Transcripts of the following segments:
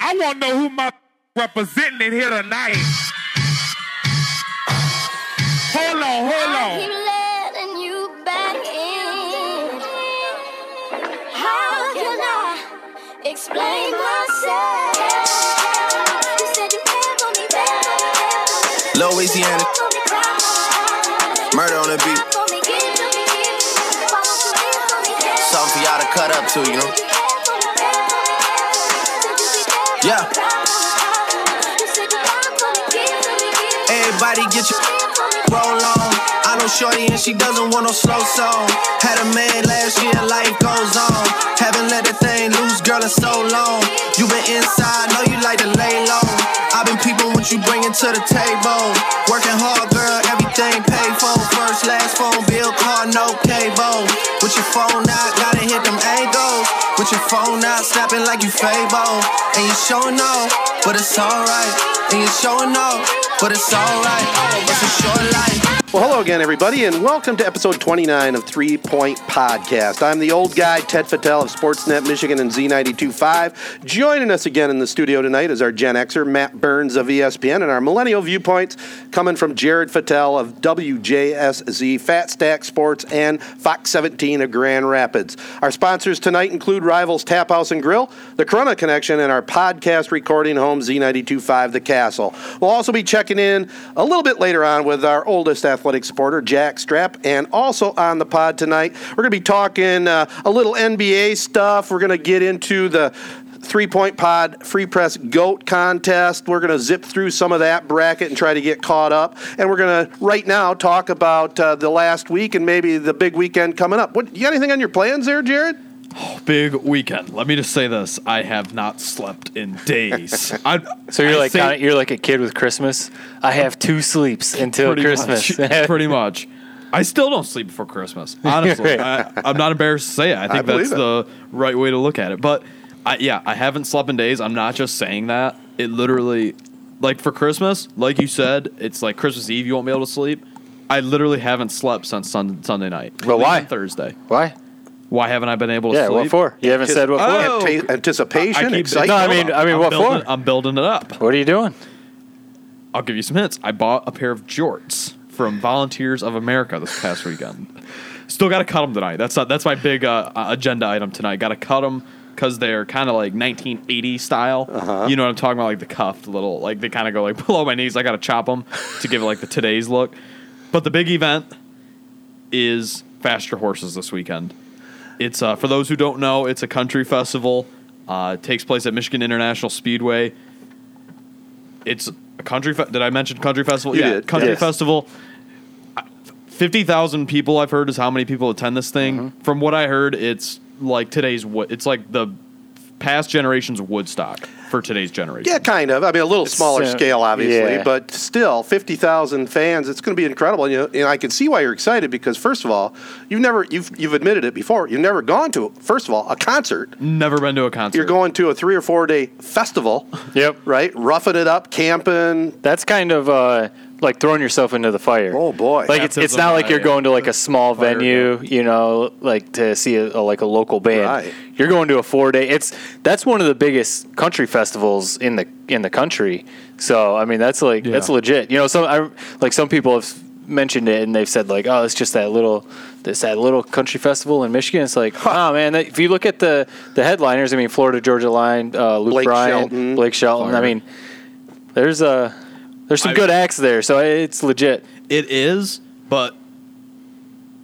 I want to know who my representing in here tonight. Hold on, I hold on. keep letting you back in. How can I explain myself? You said you cared for me, baby. You Louisiana. said you cared for me, cried. Murder on the beat. For me, give to me, give to me. Why won't you give to me, give to Something for y'all to cut up to, you know? Yeah. Everybody get your roll on. I know Shorty and she doesn't want no slow song. Had a man last year, life goes on. Haven't let that thing loose, girl, in so long. You been inside, know you like to lay low. i been peeping what you bringing to the table. Working hard, girl, everything paid for. First, last phone bill, car, no cable. With your phone out, gotta hit them angles. With your phone out, snapping like you Fabo. And you showing off, but it's alright. And you showing off, but it's alright. It's a short life. Well, hello again, everybody, and welcome to episode 29 of Three Point Podcast. I'm the old guy, Ted Fattel of Sportsnet Michigan and Z92.5. Joining us again in the studio tonight is our Gen Xer, Matt Burns of E ESPN, and our millennial viewpoints coming from Jared Fattel of WJSZ, Fat Stack Sports, and Fox 17 of Grand Rapids. Our sponsors tonight include Rivals Tap House and Grill, The Corona Connection, and our podcast recording home, Z92.5 The Castle. We'll also be checking in a little bit later on with our oldest athletic supporter, Jack Strap, and also on the pod tonight, we're going to be talking uh, a little NBA stuff. We're going to get into the Three point pod free press goat contest. We're going to zip through some of that bracket and try to get caught up. And we're going to right now talk about uh, the last week and maybe the big weekend coming up. What you got anything on your plans there, Jared? Big weekend. Let me just say this: I have not slept in days. I, So you're I like think kinda- you're like a kid with Christmas. I have two sleeps until pretty Christmas. much, pretty much. I still don't sleep before Christmas. Honestly, I, I'm not embarrassed to say it. I think believe it. that's the right way to look at it. But I, yeah, I haven't slept in days. I'm not just saying that. It literally, like for Christmas, like you said, it's like Christmas Eve. You won't be able to sleep. I literally haven't slept since sun, Sunday night. Well, Even why? Thursday? Why? Why haven't I been able to Yeah. sleep? What for? You haven't said what for. Oh. Anta- anticipation, keep- excitement. No, I mean- I mean, I'm what building- for? I'm building it up. What are you doing? I'll give you some hints. I bought a pair of jorts from Volunteers of America this past weekend. Still got to cut them tonight. That's not, that's my big uh, uh, agenda item tonight. Got to cut them because they're kind of like 1980 style. Uh-huh. You know what I'm talking about? Like the cuffed little, like they kind of go like below my knees. I got to chop them to give it like the today's look. But the big event is Faster Horses this weekend. It's uh, for those who don't know, it's a country festival. Uh, it takes place at Michigan International Speedway. It's a country. Fe- did I mention country festival? You yeah, did, country yes. festival. Fifty thousand people I've heard is how many people attend this thing. Mm-hmm. From what I heard, it's like today's. Wo- It's like the past generation's Woodstock for today's generation. Yeah, kind of. I mean, a little smaller uh, scale, obviously, yeah. but still, 50,000 fans. It's going to be incredible. And, you know, and I can see why you're excited because, first of all, you've never, you've, you've admitted it before, you've never gone to, first of all, a concert. Never been to a concert. You're going to a three or four day festival, Yep. right? Roughing it up, camping. That's kind of uh, like throwing yourself into the fire. Oh, boy. Like it's, it's not like you're going to like a small Fire, venue, you know, like to see a, a- like a local band. Right. You're going to a four day. It's that's one of the biggest country festivals in the in the country. So I mean, that's like that's Yeah. legit. You know, some I, like some people have mentioned it and they've said like, oh, it's just that little this that little country festival in Michigan. It's like, oh man, that, if you look at the the headliners, I mean, Florida Georgia Line, uh, Luke Blake Bryan, Shelton. Blake Shelton. I Fire. mean, there's a there's some I- good acts there, so it's legit. It is, but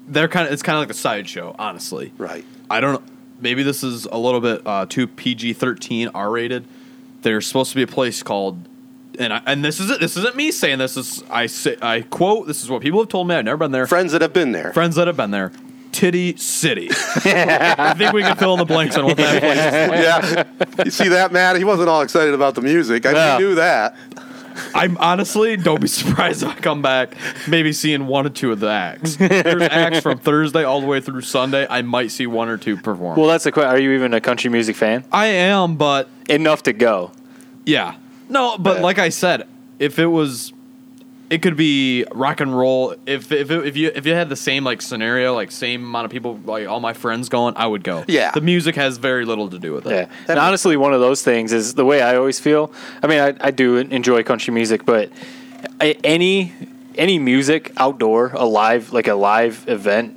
they're kind of. It's kind of like a sideshow, honestly. Right. I don't. Maybe this is a little bit uh, too PG thirteen R rated. There's supposed to be a place called, and I, and this isn't this isn't me saying this. Is I say I quote. This is what people have told me. I've never been there. Friends that have been there. Friends that have been there. Titty City. I think we can fill in the blanks on what that place is. yeah. You see that, Matt? He wasn't all excited about the music. I Yeah. mean, knew that. I'm honestly don't be surprised if I come back maybe seeing one or two of the acts. There's acts from Thursday all the way through Sunday. I might see one or two perform. Well, that's the question. Are you even a country music fan? I am, but Enough to go. yeah. No, but like I said, if it was it could be rock and roll. If if it, if you if you had the same like scenario, like same amount of people, like all my friends going, I would go. Yeah. the music has very little to do with it. Yeah. and honestly, one of those things is the way I always feel. I mean, I, I do enjoy country music, but a- any any music outdoor, a live like a live event,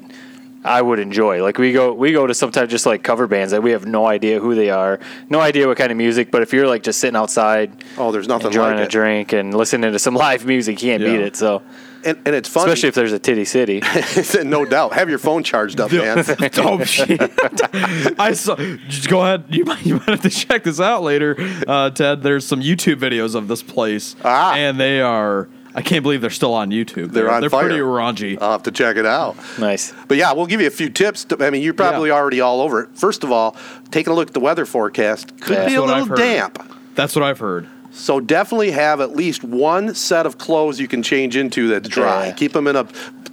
I would enjoy. Like we go we go to sometimes just like cover bands that we have no idea who they are, no idea what kind of music. But if you're like just sitting outside, Oh, there's nothing enjoying like a it. drink and listening to some live music, you can't Yeah. beat it. So And, and it's funny, especially if there's a titty city. no doubt. Have your phone charged up, man. oh shit! I saw. Just go ahead. You might you might have to check this out later, uh, Ted. There's some YouTube videos of this place, Ah. and they are. I can't believe they're still on YouTube. They're on they're fire. Uh. pretty raunchy. I'll have to check it out. nice. But yeah, we'll give you a few tips. To, I mean, you're probably Yeah. already all over it. First of all, taking a look at the weather forecast could That's be a what little I've heard. damp. That's what I've heard. So definitely have at least one set of clothes you can change into that's dry. Yeah. Keep them in a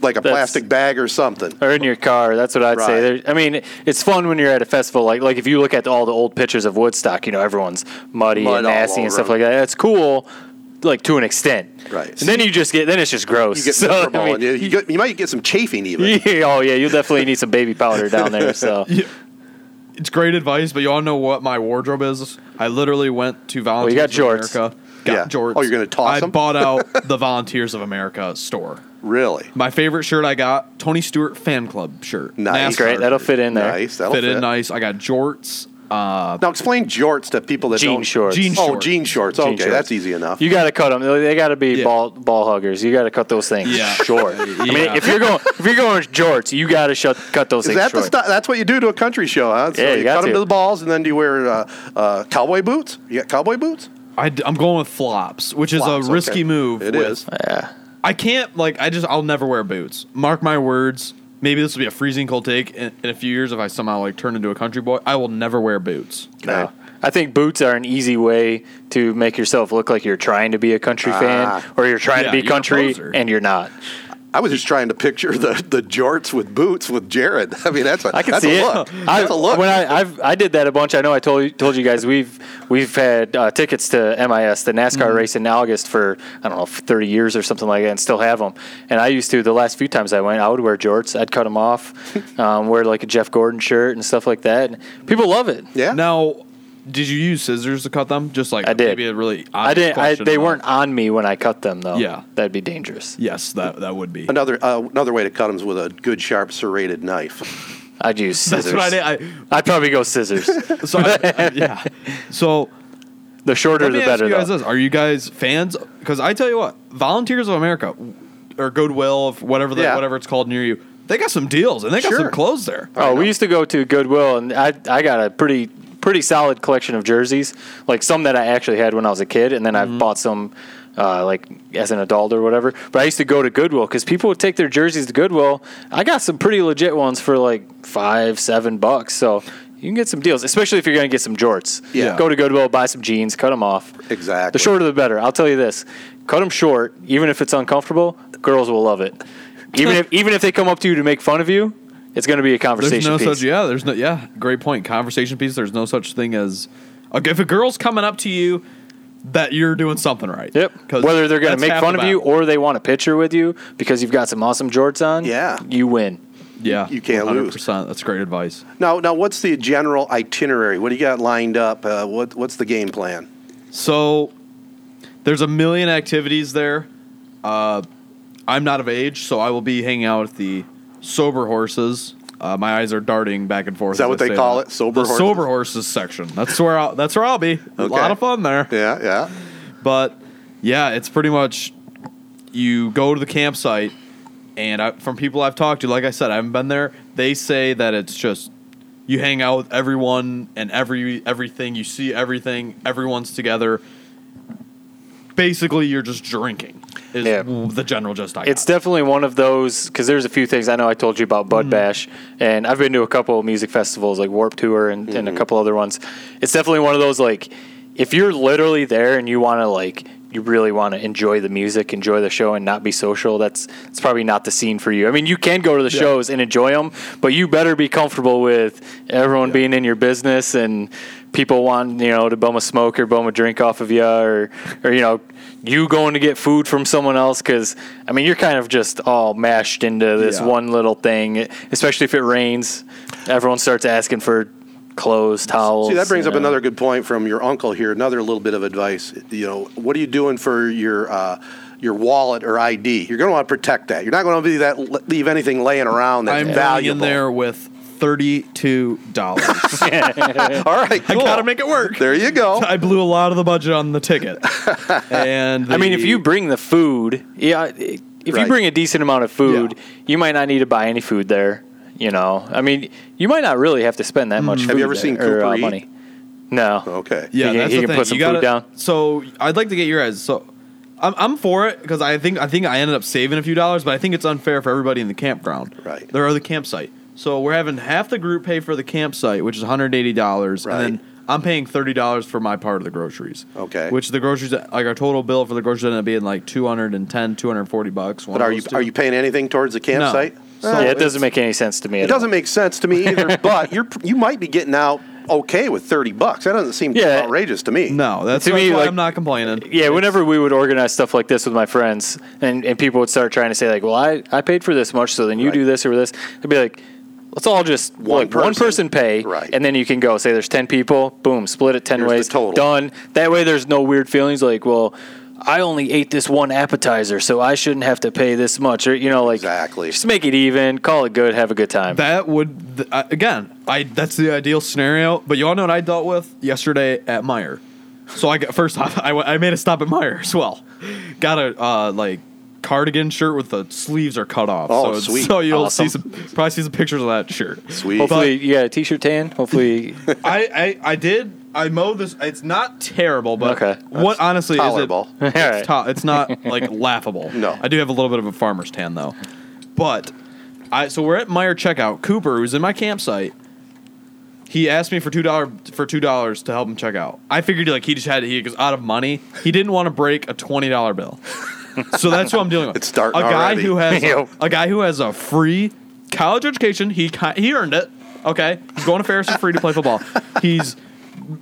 like a That's- plastic bag or something. or in your car. That's what I'd say. Right. There, I mean, it's fun when you're at a festival. Like like if you look at all the old pictures of Woodstock, you know everyone's muddy Mud and all nasty and over stuff them. like that. That's cool, like to an extent. Right. And then you just get then it's just gross. You get So, I miserable. mean, and you, you get- you might get some chafing even. yeah, oh yeah, you definitely need some baby powder down there. So It's great advice, but you all know what my wardrobe is. I literally went to Volunteers got of jorts. America. Got Yeah. jorts. Oh, you're gonna toss I 'em? bought out the Volunteers of America store. Really My favorite shirt I got Tony Stewart fan club shirt. nice. NASCAR. Great, that'll fit in there. Nice. That'll fit, fit, in nice. I got jorts. Uh, Now explain jorts to people that Jean don't. shorts. Jean Oh, shorts. jean shorts. Jean okay, shorts. that's easy enough. You got to cut them. They got to be Yeah. ball ball huggers. You got to cut those things Yeah. short. I mean, Yeah. if you're going if you're going jorts, you got to shut cut those Is things that short. the stuff? That's what you do to a country show, huh? So Yeah, you you got cut them to. to the balls, and then do you wear uh, uh, cowboy boots? You got cowboy boots? I, am going with flops, which Flops, is a risky okay. move. It with- is. Yeah. I can't like. I just. I'll never wear boots. Mark my words. Maybe this will be a freezing cold take in, in a few years if I somehow like turn into a country boy. I will never wear boots. Okay. No. I think boots are an easy way to make yourself look like you're trying to be a country fan Ah. or you're trying Yeah, to be you're a country poser. and you're not. I was just trying to picture the, the jorts with boots with Jared. I mean, that's a, I can that's see a it. look. I, That's a look. When I I've, I did that a bunch. I know I told you, told you guys we've we've had uh, tickets to MIS the NASCAR Mm-hmm. race in August for I don't know 30 years or something like that, and still have them. And I used to the last few times I went, I would wear jorts. I'd cut them off, um, wear like a Jeff Gordon shirt and stuff like that. And people love it. yeah. Now, did you use scissors to cut them? Just like I did. Maybe a really. I obvious didn't. I, question they about- weren't on me when I cut them though. Yeah. that'd be dangerous. Yes, that that would be. Another uh, another way to cut them is with a good sharp serrated knife. I'd use scissors. That's what I did. I'd probably go scissors. I, so I, I- yeah. So the shorter let the me ask better, you guys though. this: Are you guys fans? Because I tell you what, Volunteers of America or Goodwill, whatever the, Yeah. whatever it's called near you, they got some deals and they got Sure. some clothes there. Oh, we used to go to Goodwill, and I I got a pretty pretty solid collection of jerseys, like some that I actually had when I was a kid, and then I've Mm-hmm. bought some. Uh, like as an adult or whatever, but I used to go to Goodwill because people would take their jerseys to Goodwill. I got some pretty legit ones for like five, seven bucks, so you can get some deals, especially if you're going to get some jorts. Yeah. go to Goodwill, buy some jeans, cut them off. Exactly. The shorter the better. I'll tell you this: cut them short, even if it's uncomfortable. Girls will love it. Even if even if they come up to you to make fun of you, it's going to be a There's conversation no piece. such yeah. There's no yeah. Great point. Conversation piece. There's no such thing as okay, if a girl's coming up to you, that you're doing something right. Yep. 'Cause Whether they're going that's to make half fun the of you battle. or they want a picture with you because you've got some awesome jorts on, Yeah. you win. yeah, you can't lose. 100%. That's great advice. Now, now, what's the general itinerary? What do you got lined up? Uh, what what's the game plan? So there's a million activities there. Uh, I'm not of age, so I will be hanging out at the sober horses. Uh, my eyes are darting back and forth. Is that as what I they say call that. it? Sober The horses? sober horses section. That's where I'll, that's where I'll be. A Okay. lot of fun there. Yeah, yeah. But yeah, it's pretty much you go to the campsite, and I, from people I've talked to, like I said, I haven't been there. They say that it's just you hang out with everyone and every everything. You see everything. Everyone's together. Basically, you're just drinking. Is Yeah. the general gist I It's got. definitely one of those because there's a few things I know I told you about Bud Bash, and I've been to a couple of music festivals like Warp Tour and, and a couple other ones. It's definitely one of those like if you're literally there and you want to like you really want to enjoy the music, enjoy the show, and not be social. That's it's probably not the scene for you. I mean, you can go to the shows and enjoy them, but you better be comfortable with everyone being in your business and people wanting you know to bum a smoke or bum a drink off of you, or or you know you going to get food from someone else because I mean you're kind of just all mashed into this Yeah. one little thing, especially if it rains. Everyone starts asking for clothes, towels. See, that brings you up know. another good point from your uncle here. Another little bit of advice. You know, what are you doing for your uh, your wallet or ID? You're going to want to protect that. You're not going to be that leave anything laying around that's I'm going valuable. in there with thirty-two dollars. All right, I cool. gotta make it work. There you go. I blew a lot of the budget on the ticket. And I mean, if the- you bring the food, yeah, if Right. you bring a decent amount of food, you might not need to buy any food there. You know, I mean, you might not really have to spend that much. Mm. Have you food ever there, seen or, Cooper uh, eat? Oh. money? No. Okay. yeah, he can- that's he the can thing. put some you gotta, food down. So I'd like to get your guys. So I'm, I'm for it because I think I think I ended up saving a few dollars, but I think it's unfair for everybody in the campground. Right. There are the campsite, so we're having half the group pay for the campsite, which is 180 dollars, and Right. then. I'm paying thirty dollars for my part of the groceries. Okay. Which the groceries, like our total bill for the groceries, ended up being like 210, 240 bucks. one But of are you those two. are you paying anything towards the campsite? Eh, So yeah, it it's- doesn't make any sense to me. It at all. doesn't make sense to me either. but you're you might be getting out okay with thirty bucks. That doesn't seem Yeah. outrageous to me. No, that's To why- me, why like- I'm not complaining. Yeah, whenever we would organize stuff like this with my friends, and, and people would start trying to say like, "Well, I, I paid for this much, so then you Right. do this or this," I'd be like, "Let's all just One one, one person. person pay, Right. and then you can go. Say there's ten people, boom, split it ten Here's the ways, total. done. That way, there's no weird feelings like, well." I only ate this one appetizer, so I shouldn't have to pay this much. Or you know, like Exactly. just make it even, call it good, have a good time. That would th- uh, again. I that's the ideal scenario. But y'all know what I dealt with yesterday at Meyer. So I got first off, I, went- I made a stop at Meyer as well. Got a uh, like cardigan shirt with the sleeves are cut off. Oh, so, it's- sweet. So you'll Awesome. see some probably see some pictures of that shirt. Sweet. Hopefully, you got a t-shirt tan. Hopefully, I, I I did. I mowed this. It's not terrible, but Okay. what honestly tolerable. is it? Alright. It's, to- it's not like laughable. No. I do have a little bit of a farmer's tan though, but I so we're at Meyer checkout. Cooper, who's in my campsite, he asked me for two dollar for two dollars to help him check out. I figured like he just had he was out of money. He didn't want to break a twenty dollar bill, so that's what I'm dealing with. It's starting a guy already. who has a, Yep. a guy who has a free college education. He ki- he earned it. Okay, he's going to Ferris for free to play football. He's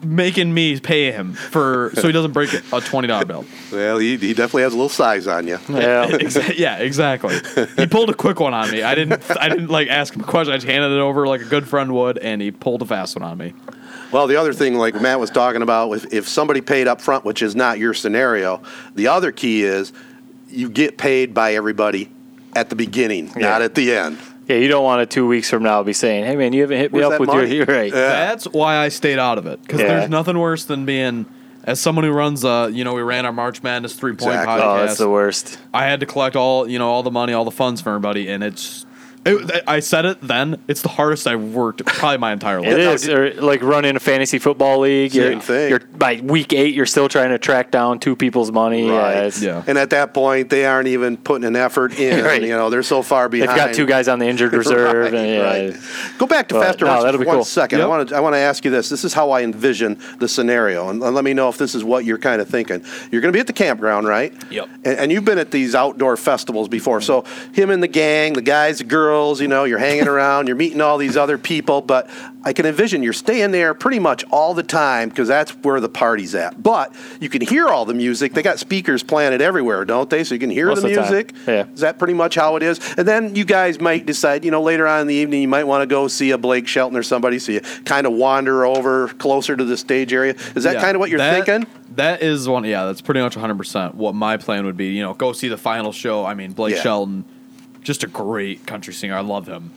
making me pay him for so he doesn't break a twenty dollar bill. Well, he, he definitely has a little size on you. yeah. Exa- yeah, exactly. He pulled a quick one on me. I didn't. I didn't like ask him a question. I just handed it over like a good friend would, and he pulled a fast one on me. Well, the other thing, like Matt was talking about, if, if somebody paid up front, which is not your scenario, the other key is you get paid by everybody at the beginning, not at the end. yeah, you don't want to two weeks from now be saying, "Hey, man, you haven't hit me Where's up that with money?" your right." That's why I stayed out of it because Yeah. there's nothing worse than being as someone who runs uh you know we ran our March Madness three point Exactly. podcast. Oh, that's the worst. I had to collect all you know all the money, all the funds for everybody, and it's. It, I said it then. It's the hardest I've worked probably my entire life. It is or like running a fantasy football league. Same you're, thing. You're, by week eight, you're still trying to track down two people's money. Right. Yeah, it's- Yeah. And at that point, they aren't even putting an effort in. Right. You know, they're so far They've behind. got two guys on the injured reserve. Right, and yeah, right. Go back to But, faster no, runs that'll for be one cool. second. I Yep. want to I want to ask you this. This is how I envision the scenario, and let me know if this is what you're kind of thinking. You're going to be at the campground, right? Yep. And, and you've been at these outdoor festivals before, so him and the gang, the guys, the girls, you know, you're hanging around, you're meeting all these other people, but I can envision you're staying there pretty much all the time because that's where the party's at. But you can hear all the music. They got speakers planted everywhere, don't they? So you can hear Most the of the time. music. Yeah. Is that pretty much how it is? And then you guys might decide, you know, later on in the evening, you might want to go see a Blake Shelton or somebody, so you kind of wander over closer to the stage area. Is that Yeah, kind of what you're that- thinking? That is one. Yeah, that's pretty much 100 percent what my plan would be. You know, go see the final show. I mean, Blake Yeah. Shelton, just a great country singer. I love him.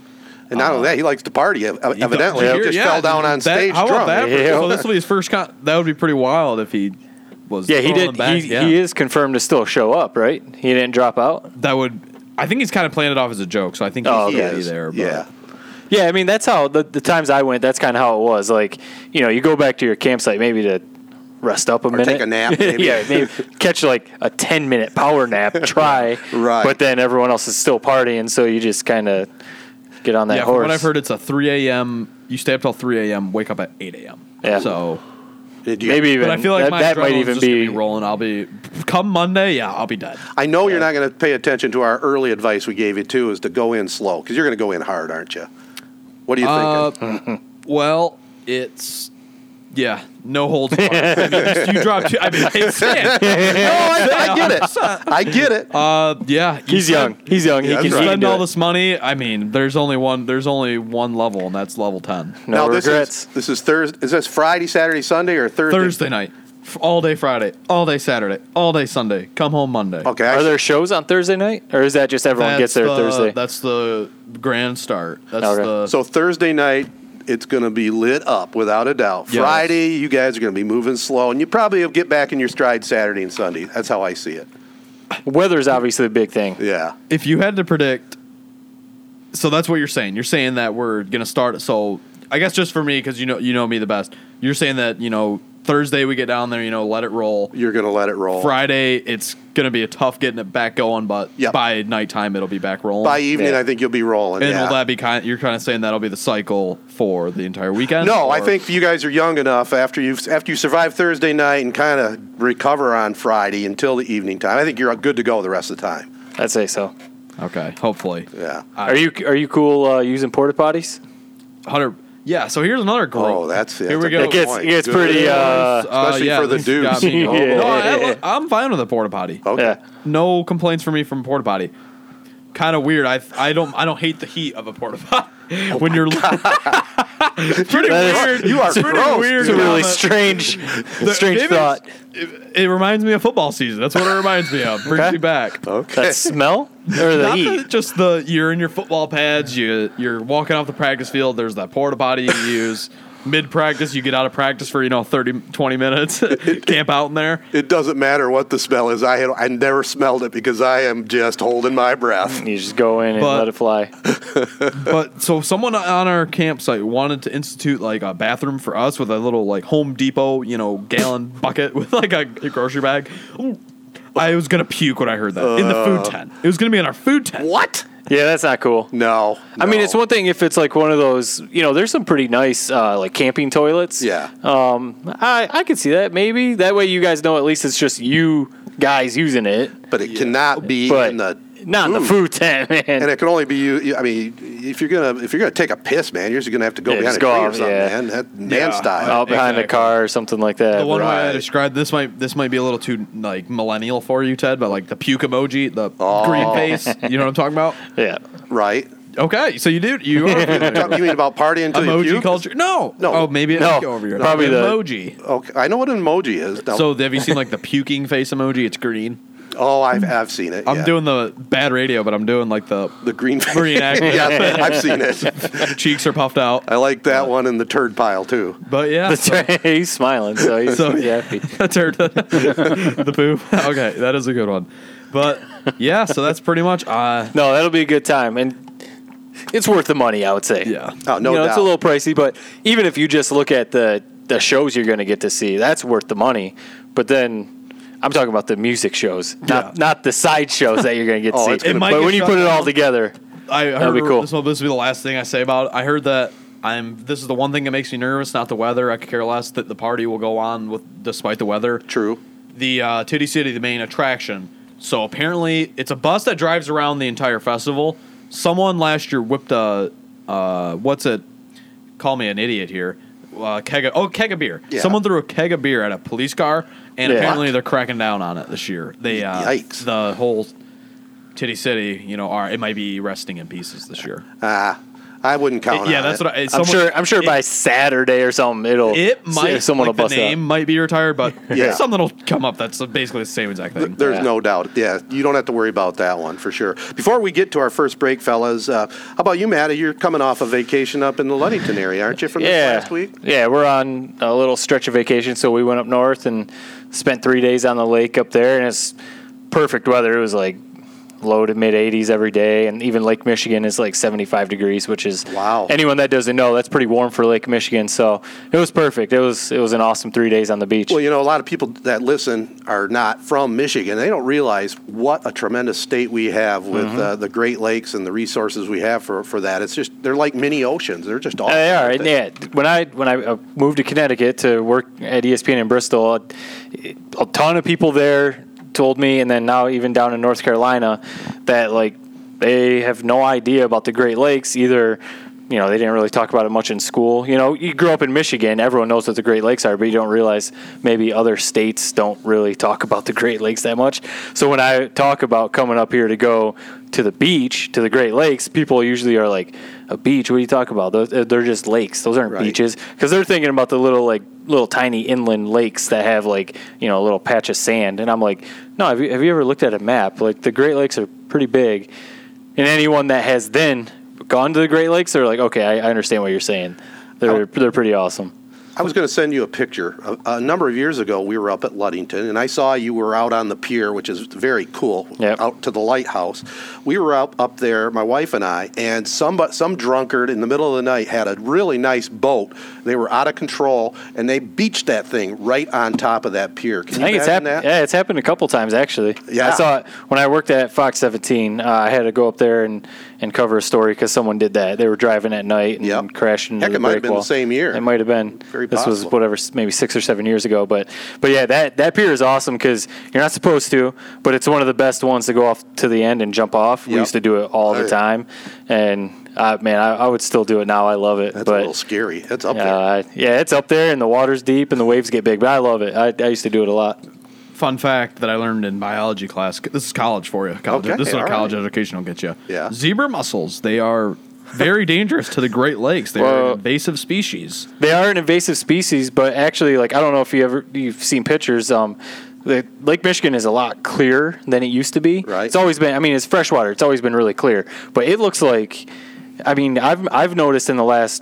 And not only that, he likes to party, ev- He does- evidently. He here- just yeah, fell down on that- stage How drunk. about that? Yeah. So this will be his first. Con- that would be pretty wild if he was. yeah, he throwing did. Back. He, yeah. he is confirmed to still show up, right? He didn't drop out. That would. I think he's kind of playing it off as a joke. So I think he's Oh, oh, okay. gonna be Yes. there. But Yeah. Yeah, I mean that's how the, the times I went. That's kind of how it was. Like you know, you go back to your campsite maybe to rest up a minute, take a nap, maybe. yeah, maybe catch like a ten minute power nap. Try Right. but then everyone else is still partying, so you just kind of get on that yeah, from horse. what I've heard, it's a 3 a.m. You stay up till 3 a.m. Wake up at 8 a.m. Yeah. So, Did you- maybe even but I feel like that, my that might adrenaline's even just gonna be, be rolling. I'll be come Monday. Yeah, I'll be dead. I know you're not going to pay attention to our early advice we gave you too, is to go in slow because you're going to go in hard, aren't you? What do you think? Uh, well, Uh, it's Yeah, no holds barred. I mean, you- you dropped. two- I mean, it's it. No, Oh, I, I get it. I get it. Uh, yeah, you He's young. spend- He's young. Yeah, he that's can, You right. he can spend do all it. this money. I mean, there's only one. There's only one level, and that's level ten. No this regrets. is this is Thursday. Is this Friday, Saturday, Sunday, or Thursday? Thursday night, f- all day Friday, all day Saturday, all day Sunday. Come home Monday. Okay. I Are should- there shows on Thursday night, or is that just everyone That's gets there the, Thursday? That's the grand start. That's Okay. the So Thursday night, it's going to be lit up without a doubt. Yes. Friday, you guys are going to be moving slow, and you probably will get back in your stride Saturday and Sunday. That's how I see it. Weather's obviously a big thing. Yeah. if you had to predict so that's what you're saying you're saying that we're gonna start so i guess just for me because you know you know me the best you're saying that you know thursday we get down there you know let it roll You're going to let it roll. friday it's gonna be a tough getting it back going but Yep. by nighttime it'll be back rolling By evening, Yeah. I think you'll be rolling. and yeah. will that be kind you're kind of saying that'll be the cycle for the entire weekend no, I or- think you guys are young enough after you after you survive Thursday night and kind of recover on Friday until the evening time. I think you're good to go the rest of the time. I'd say so. okay hopefully Yeah. Are you are you cool uh, using porta potties? 100 yeah so here's another group Oh, that's it. here we That's a go good It gets point. it gets Good. pretty. Uh, Especially for the he's got dudes. me going. Yeah. no, I, I'm fine with a porta potty Okay. uh, yeah. no complaints for me from porta potty. Kind of weird. I I don't I don't hate the heat of a porta Oh potty when you're pretty That weird. you are It's pretty gross, weird. It's a really Yeah, but strange, the- strange maybe it's- thought. It, it reminds me of football season. That's what it reminds me of. Brings Okay. me back. Okay. That smell or the Not the, heat? just the you're in your football pads. You you're walking off the practice field. There's that porta potty you use. Mid practice, you get out of practice for you know 30, 20 minutes. camp out in there. It doesn't matter what the smell is. I had I never smelled it because I am just holding my breath. You just go in and But- let it fly. But so someone on our campsite wanted to institute like a bathroom for us with a little like Home Depot, you know, gallon bucket with like a grocery bag. Ooh, I was gonna puke when I heard that in the Uh, food tent. It was gonna be in our food tent. What? Yeah, that's not cool. No. I mean, no. it's one thing if it's like one of those. You know, there's some pretty nice uh, like camping toilets. Yeah. Um, I I could see that maybe that way you guys know at least it's just you guys using it, but it cannot be but in the not in the food tent, man. and it can only be you. you- I mean, if you're gonna if you're gonna take a piss, man, you're just gonna have to go Yeah, behind just a go tree or off, something, yeah. man. That man Yeah. style. out behind Exactly. a car or something like that. The one way Right. I described this might this might be a little too like millennial for you, Ted, but like the puke emoji, the Oh. green face. You know what I'm talking about? yeah. right? Okay, so you do you are you mean about partying until you emoji puke? culture? No, No. Oh, maybe it No. did go over here. Probably the- emoji. Okay, I know what an emoji is. No. So have you seen like the puking face emoji? It's green. oh, I've I've seen it. I'm yeah. doing the bad radio, but I'm doing like the the green green acne. yeah, I've seen it. cheeks are puffed out. I like that one in the turd pile too. But yeah, That's right. he's smiling, so he's So- he's happy. that's her. the poop. Okay, that is a good one. But yeah, so that's pretty much. Uh, No, that'll be a good time, and it's worth the money, I would say. yeah, Oh no you know, doubt. it's a little pricey, but even if you just look at the the shows you're going to get to see, that's worth the money. But then I'm talking about the music shows, not Yeah. not the side shows that you're going to get to Oh, see. it's gonna- It might but get when you shut put it all down. together, I heard That'd be cool. this. Will, this will be the last thing I say about it. I heard that I'm. This is the one thing that makes me nervous. Not the weather. I could care less that the party will go on with despite the weather. True. the uh, Titty City, the main attraction. So apparently, it's a bus that drives around the entire festival. Someone last year whipped a uh, what's it? Call me an idiot here. Uh, keg of, oh keg of beer. Yeah. Someone threw a keg of beer at a police car, and Yeah. apparently they're cracking down on it this year. They uh, Yikes. The whole Titty City, you know, are it might be resting in pieces this year. Ah, I wouldn't count. yeah, on that's it. what I. I'm someone- sure I'm sure it- by Saturday or something it'll It might. someone like will bust the name might be retired, but Yeah. something will come up. That's basically the same exact thing. There's Yeah. no doubt. Yeah, you don't have to worry about that one for sure. Before we get to our first break, fellas, uh, how about you, Matt? You're coming off a vacation up in the Ludington area, aren't you, from yeah, this last week? yeah, we're on a little stretch of vacation, so we went up north and spent three days on the lake up there, and it's perfect weather. It was like low to mid 80s every day, and even Lake Michigan is like 75 degrees, which is Wow. Anyone that doesn't know, that's pretty warm for Lake Michigan. So it was perfect. It was it was an awesome three days on the beach. Well, you know, a lot of people that listen are not from Michigan. They don't realize what a tremendous state we have with Mm-hmm. uh, the Great Lakes and the resources we have for, for that. It's just, they're like mini oceans. They're just awesome. Uh, They are. and Yeah. When I when I uh, moved to Connecticut to work at E ESPN in Bristol, it- a ton of people there told me, and then now even down in North Carolina, that like they have no idea about the Great Lakes either. you know, they didn't really talk about it much in school. You know, you grow up in Michigan, everyone knows what the Great Lakes are, but you don't realize maybe other states don't really talk about the Great Lakes that much. So when I talk about coming up here to go to the beach, to the Great Lakes, people usually are like, a beach? What do you talk about? Those, uh, they're just lakes. Those aren't Right. beaches. Because they're thinking about the little, like, little tiny inland lakes that have, like, you know, a little patch of sand. And I'm like, no, have you, have you ever looked at a map? Like, the Great Lakes are pretty big. And anyone that has then gone to the Great Lakes, they're like, okay, I, I understand what you're saying. They're they're pretty awesome. I was going to send you a picture. A, a number of years ago, we were up at Luddington, and I saw you were out on the pier, which is very cool, Yep. out to the lighthouse. We were out up there, my wife and I, and some some drunkard in the middle of the night had a really nice boat. They were out of control, and they beached that thing right on top of that pier. Can you I think it's imagine that? happened. Yeah, it's happened a couple times actually. Yeah. I saw it when I worked at Fox 17. Uh, I had to go up there and, and cover a story because someone did that. They were driving at night and Yep. crashing. into Heck, the it might have break been the wall. same year. It might have been. Very this was possible. whatever, s- maybe six or seven years ago. But but yeah, that that pier is awesome because you're not supposed to, but it's one of the best ones to go off to the end and jump off. We Yep. used to do it all Oh, the yeah. time, and uh, man, I, I would still do it now. I love it. That's but a little scary. That's up there. uh, yeah, it's up there, and the water's deep, and the waves get big. But I love it. I, I used to do it a lot. Fun fact that I learned in biology class. This is college for you. College, Okay, this is all what right. college education will get you. Yeah. Zebra mussels. They are very dangerous to the Great Lakes. They are Well- an invasive species. They are an invasive species, but actually, like I don't know if you ever you've seen pictures. Um, the Lake Michigan is a lot clearer than it used to be. Right. It's always been. I mean, it's freshwater. It's always been really clear, but it looks like. I mean, I've I've noticed in the last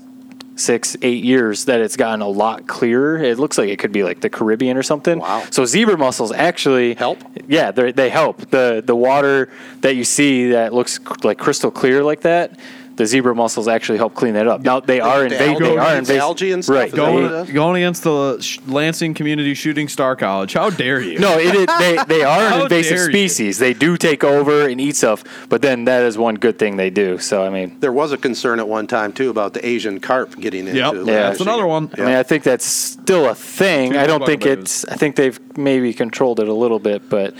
six eight years that it's gotten a lot clearer. It looks like it could be like the Caribbean or something. Wow. So zebra mussels actually Help? Yeah, they they help. the The water that you see that looks c- like crystal clear like that. The zebra mussels actually help clean that up. Now they are the invasive. They algae- are the invasive. algae and stuff Right. is that what it Going, going against the Sh- Lansing Community Shooting Star College. How dare you? No, it is, they they are an How invasive dare you. species. They do take over and eat stuff, but then that is one good thing they do. So I mean, there was a concern at one time too about the Asian carp getting into. Yep. Lake Yeah, that's Michigan. another one. I mean, I think that's still a thing. Two I don't buckaroos. think it's. I think they've maybe controlled it a little bit, but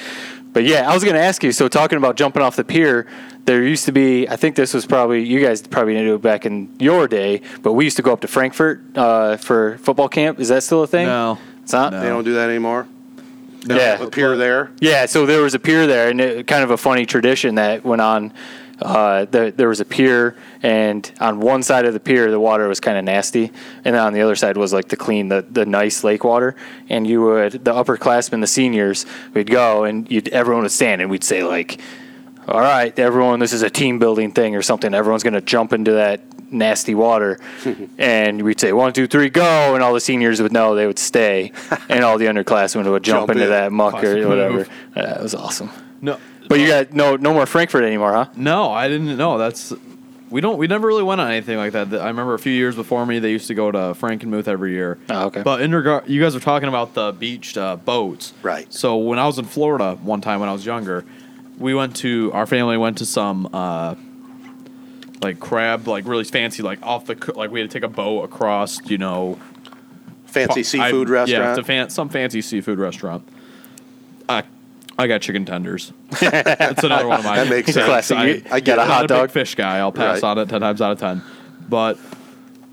but yeah, I was going to ask you. So talking about jumping off the pier, there used to be. I think this was probably you guys probably didn't do it back in your day, but we used to go up to Frankfurt uh, for football camp. Is that still a thing? No. it's not. No. They don't do that anymore. No. Yeah. A pier there. Yeah, so there was a pier there, and it, kind of a funny tradition that went on. Uh, the, there was a pier, and on one side of the pier, the water was kind of nasty, and then on the other side was like the clean, the, the nice lake water. And you would, the upperclassmen, the seniors, would go, and you'd, everyone would stand, and we'd say like, all right, everyone, this is a team building thing or something. Everyone's going to jump into that nasty water. and we'd say, one, two, three, go. And all the seniors would know they would stay. And all the underclassmen would jump, Jump into in. that muck Classic or whatever. move. Uh, That was awesome. No. But you got no no more Frankfurt anymore, huh? No, I didn't know. That's we don't we never really went on anything like that. I remember a few years before me, they used to go to Frankenmuth every year. Oh, okay. But in regard, you guys were talking about the beached uh, boats, Right. So when I was in Florida one time when I was younger, we went to our family went to some uh, like crab, like really fancy, like off the co- like we had to take a boat across, you know, Fancy I- seafood Yeah, restaurant. it's a fan, some fancy seafood restaurant. I I got chicken tenders. That's another one of my That makes sense. Classic. I- You- I you got get a it. not hot a dog. big fish guy. I'll pass Right. on it ten times out of ten. But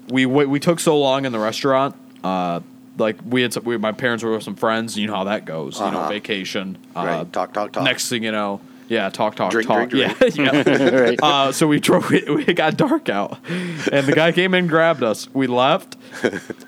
we w- we took so long in the restaurant. Uh, like we had some, we, my parents were with some friends. You know how that goes. You know, Uh-huh. vacation. Uh, Right. Talk, talk, talk. Next thing you know, yeah, talk, talk, Drink, talk. drink, Yeah, yeah. Right. Uh, so we drove. It, it got dark out, and the guy came in, grabbed us. We left,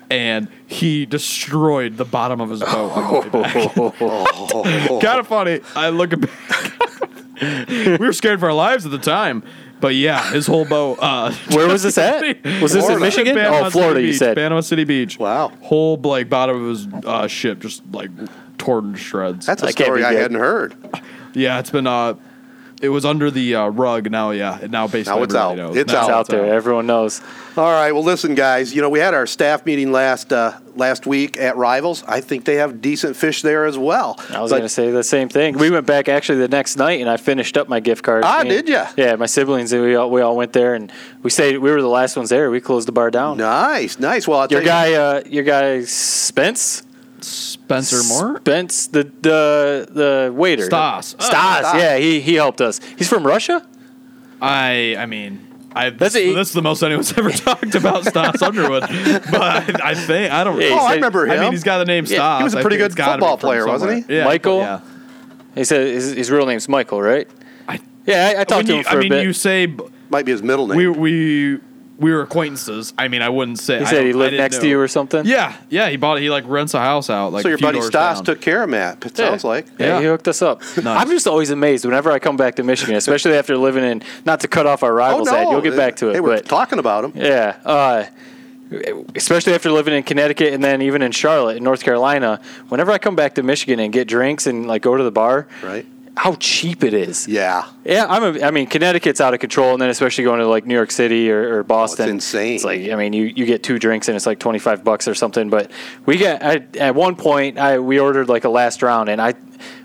and he destroyed the bottom of his boat. on the way back kind of funny. I look back. we were scared for our lives at the time, but yeah, his whole boat. Uh, Where was this at? Was this in Florida. Michigan? Panama Oh, Florida, City you Beach, said. Panama City Beach. Wow. whole like bottom of his uh, ship just like torn to shreds. That's a That can't story be I good. hadn't heard. yeah, it's been. Uh, it was under the uh, rug. Now, yeah, now basically Now it's everybody out. knows. It's Now It's out there. Everyone knows. All right. Well, listen, guys. You know, we had our staff meeting last uh, last week at Rivals. I think they have decent fish there as well. I was But going to say the same thing. We went back actually the next night, and I finished up my gift card. Ah, Me- did ya? Yeah, my siblings. We all, we all went there, and we stayed. We were the last ones there. We closed the bar down. Nice, nice. Well, I'll Your tell you- guy, uh, your guy Spence. Spencer Moore. Spence, the the the waiter. Stas. Stas. Stas. Yeah, he he helped us. He's from Russia. I I mean, I, That's this, it. this is the most anyone's ever talked about Stas Underwood, but I, I think I don't. Yeah, Oh, he's I had- remember him. I mean, he's got the name Stas. he was a I pretty think good it's gotta be football from player, wasn't somewhere. he? Yeah, Michael? Yeah. He said his, his real name's Michael, right? I- yeah, I, I talked When to you, him for I mean, a bit. you say b- Might be his middle name. we we we were acquaintances. I mean, I wouldn't say. he I said he don't- I lived didn't next know. to you or something. Yeah, yeah. He bought. He like rents a house out. Like so your a few buddy doors Stas down. took care of Matt. It sounds like. Yeah, Yeah. he hooked us up. I'm just always amazed whenever I come back to Michigan, especially after living in. Not to cut off our Oh rivals, no! Ed, you'll get back to it. They were but talking about him. yeah, uh, especially after living in Connecticut and then even in Charlotte, in North Carolina. Whenever I come back to Michigan and get drinks and like go to the bar, Right. How cheap it is. Yeah. Yeah, I'm. A, I mean, Connecticut's out of control, and then especially going to like New York City or, or Boston, Oh, insane. It's like I mean, you, you get two drinks and it's like twenty five bucks or something. But we got I, at one point, I we ordered like a last round, and I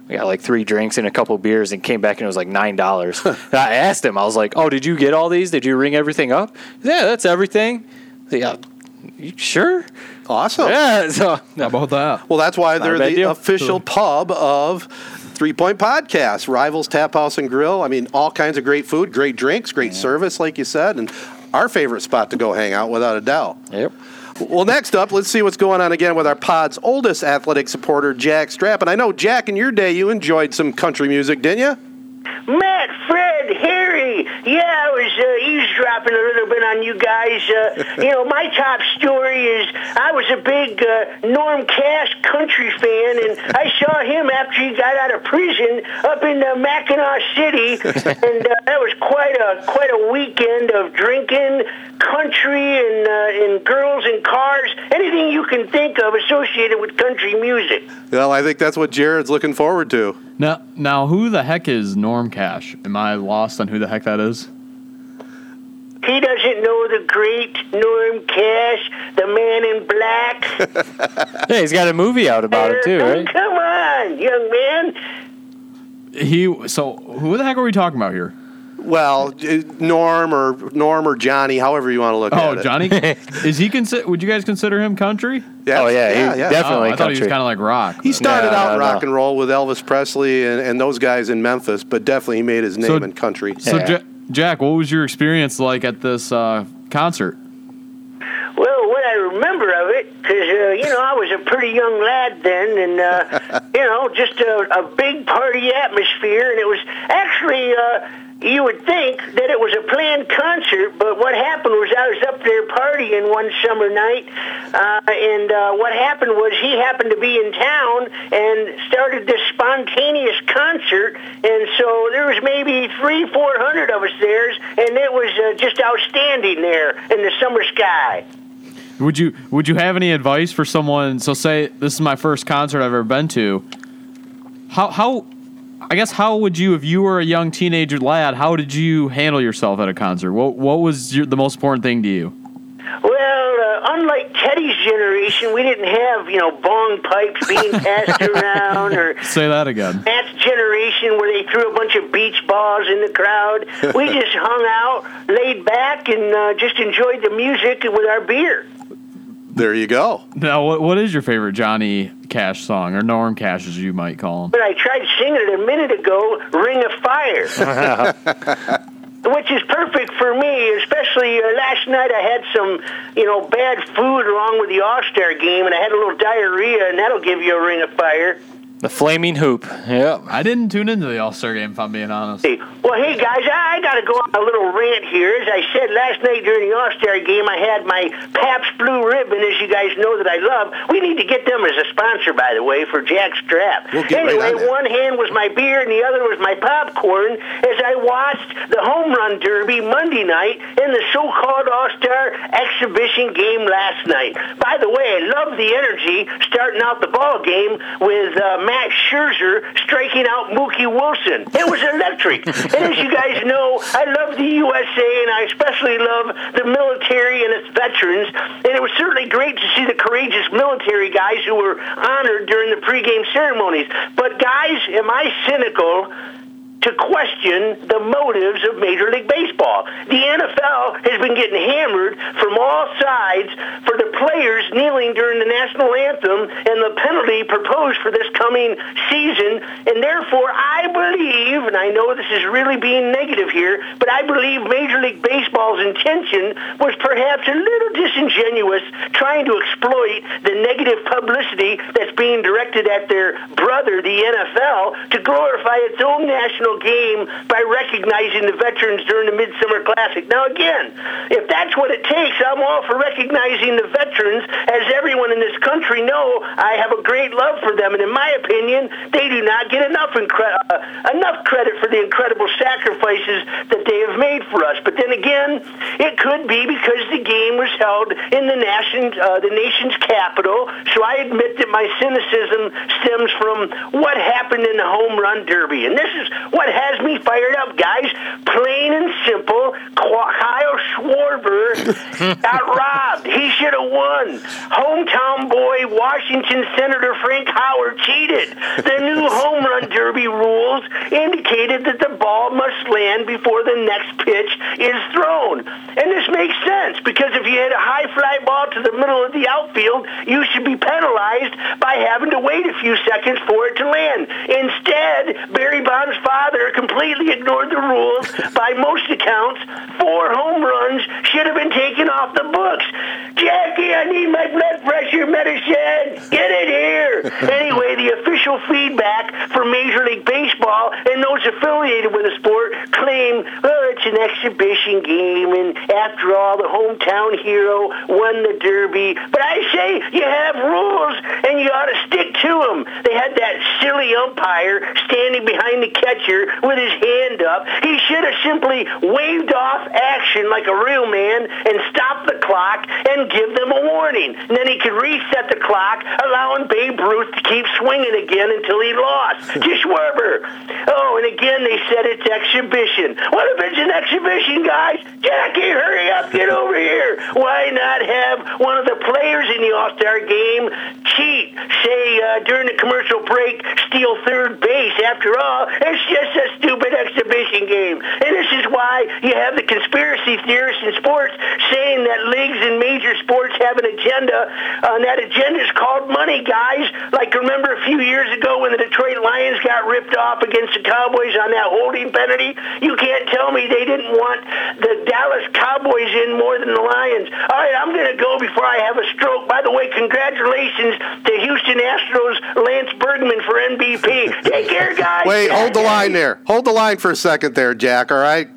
we got like three drinks and a couple beers, and came back and it was like nine dollars. and I asked him, I was like, "Oh, did you get all these? Did you ring everything up? Yeah, that's everything. Yeah, you sure? Awesome. Yeah. So How about that? Well, that's why they're a bad the deal. official pub of Three Point Podcast, Rivals Tap House and Grill. I mean, all kinds of great food, great drinks, great service, like you said, and our favorite spot to go hang out, without a doubt. yep. Well, next up, let's see what's going on again with our pod's oldest athletic supporter, Jack Strapp. And I know, Jack, in your day, you enjoyed some country music, didn't you? Matt, Fred, Harry. Yeah, I was uh, eavesdropping a little bit on you guys. Uh, you know, my top story is I was a big uh, Norm Cash country fan, and I saw him after he got out of prison up in uh, Mackinac City, and uh, that was quite a quite a weekend of drinking, country, and uh, and girls and cars. Anything you can think of associated with country music. Well, I think that's what Jared's looking forward to. Now, now, who the heck is Norm Cash? Am I lost on who the heck that is? He doesn't know the great Norm Cash, the man in black. Yeah, he's got a movie out about it too, Oh, right? Come on, young man. He. So, who the heck are we talking about here? Well, eh, Norm or Norm or Johnny, however you want to look at Oh, it. Johnny. is he consider? Would you guys consider him country? Yes, Oh, yeah, he Oh, definitely I thought he was country. kind of like rock. He started No, out no, rock no. and roll with Elvis Presley and, and those guys in Memphis, but definitely he made his name So- in country. So, Yeah. Ja- Jack, what was your experience like at this uh, concert? Well, what I remember of it, 'cause uh, you know I was a pretty young lad then, and uh, you know just a, a big party atmosphere, and it was actually. Uh, you would think that it was a planned concert, but what happened was I was up there partying one summer night, uh, and uh, what happened was he happened to be in town and started this spontaneous concert, and so there was maybe three, four hundred of us there, and it was uh, just outstanding there in the summer sky. Would you Would you have any advice for someone? So, say this is my first concert I've ever been to. How How I guess how would you, if you were a young teenager lad, how did you handle yourself at a concert? What What was your, the most important thing to you? Well, uh, unlike Teddy's generation, we didn't have you know bong pipes being passed around or Say that again. Matt's generation where they threw a bunch of beach balls in the crowd. We just hung out, laid back, and uh, just enjoyed the music with our beer. There you go. Now, what What is your favorite Johnny Cash song, or Norm Cash, as you might call him? But I tried singing it a minute ago, Ring of Fire. Which is perfect for me, especially uh, last night I had some, you know, bad food wrong with the All-Star game, and I had a little diarrhea, and that'll give you a ring of fire. The Flaming Hoop. Yep. I didn't tune into the All Star game, if I'm being honest. Hey, Well, hey guys, I, I got to go on a little rant here. As I said last night during the All-Star game, I had my Pabst Blue Ribbon, as you guys know that I love. We need to get them as a sponsor, by the way, for Jack Strap. We'll get right anyway, on that. one hand was my beer and the other was my popcorn as I watched the home run derby Monday night and the so-called All-Star exhibition game last night. By the way, I love the energy starting out the ball game with uh, Max Scherzer striking out Mookie Wilson. It was electric. and as you guys know, I love the USA and I especially love the military and its veterans. And it was certainly great to see the courageous military guys who were honored during the pregame ceremonies. But guys, am I cynical? to question the motives of Major League Baseball. The NFL has been getting hammered from all sides for the players kneeling during the national anthem and the penalty proposed for this coming season. And therefore, I believe, and I know this is really being negative here, but I believe Major League Baseball's intention was perhaps a little disingenuous trying to exploit the negative publicity that's being directed at their brother, the NFL, to glorify its own national game by recognizing the veterans during the Midsummer Classic. Now, again, if that's what it takes, I'm all for recognizing the veterans. As everyone in this country know, I have a great love for them, and in my opinion, they do not get enough incre- uh, enough credit for the incredible sacrifices that they have made for us. But then again, it could be because the game was held in the nation, uh, the nation's capital. So I admit that my cynicism stems from what happened in the home run derby, and this is what has me fired up, guys. Plain and simple, Qu- Kyle Schwarber got robbed. He should have won. Hometown boy, Washington Senator Frank Howard cheated. The new home run derby rules indicated that the ball must land before the next pitch is thrown. And this makes sense because if you hit a high fly ball to the middle of the outfield, you should be penalized by having to wait a few seconds for it to land. Instead, Barry Bond's father completely ignored the rules by most accounts. Four home runs should have been taken off the books. Jackie, I need my blood pressure medicine. Get it here. Anyway, the official feedback from Major League Baseball and those affiliated with the sport claim, well, it's an exhibition game, and after all, the hometown hero won the derby. But I say you have rules, and you ought to stick to them. They had that silly umpire standing behind the catcher with his hand up. He should have simply waved off action like a real man and stopped the clock and give them a warning. And then he could reset the clock, allowing Babe Ruth to keep swinging again until he lost. To Schwerber. Oh, and again they said it's exhibition. What if it's an exhibition, guys? Jackie, hurry up, get over here. Why not have one of the players in the All-Star game cheat? Say, uh, during the commercial break, steal third base. After all, it's just a stupid exhibition game. And this is why you have the conspiracy theorists in sports saying that leagues and major sports have an agenda, uh, and that agenda is called money, guys. Like, remember a few years ago when the Detroit Lions got ripped off against the Cowboys on that holding penalty? You can't tell me they didn't want the Dallas Cowboys in more than the Lions. All right, I'm going to go before I have a stroke. By the way, congratulations to Houston Astros Lance Bergman for MVP. Take care, guys. Wait, hold the Yeah. line there. Hold the line for a second there, Jack, all right?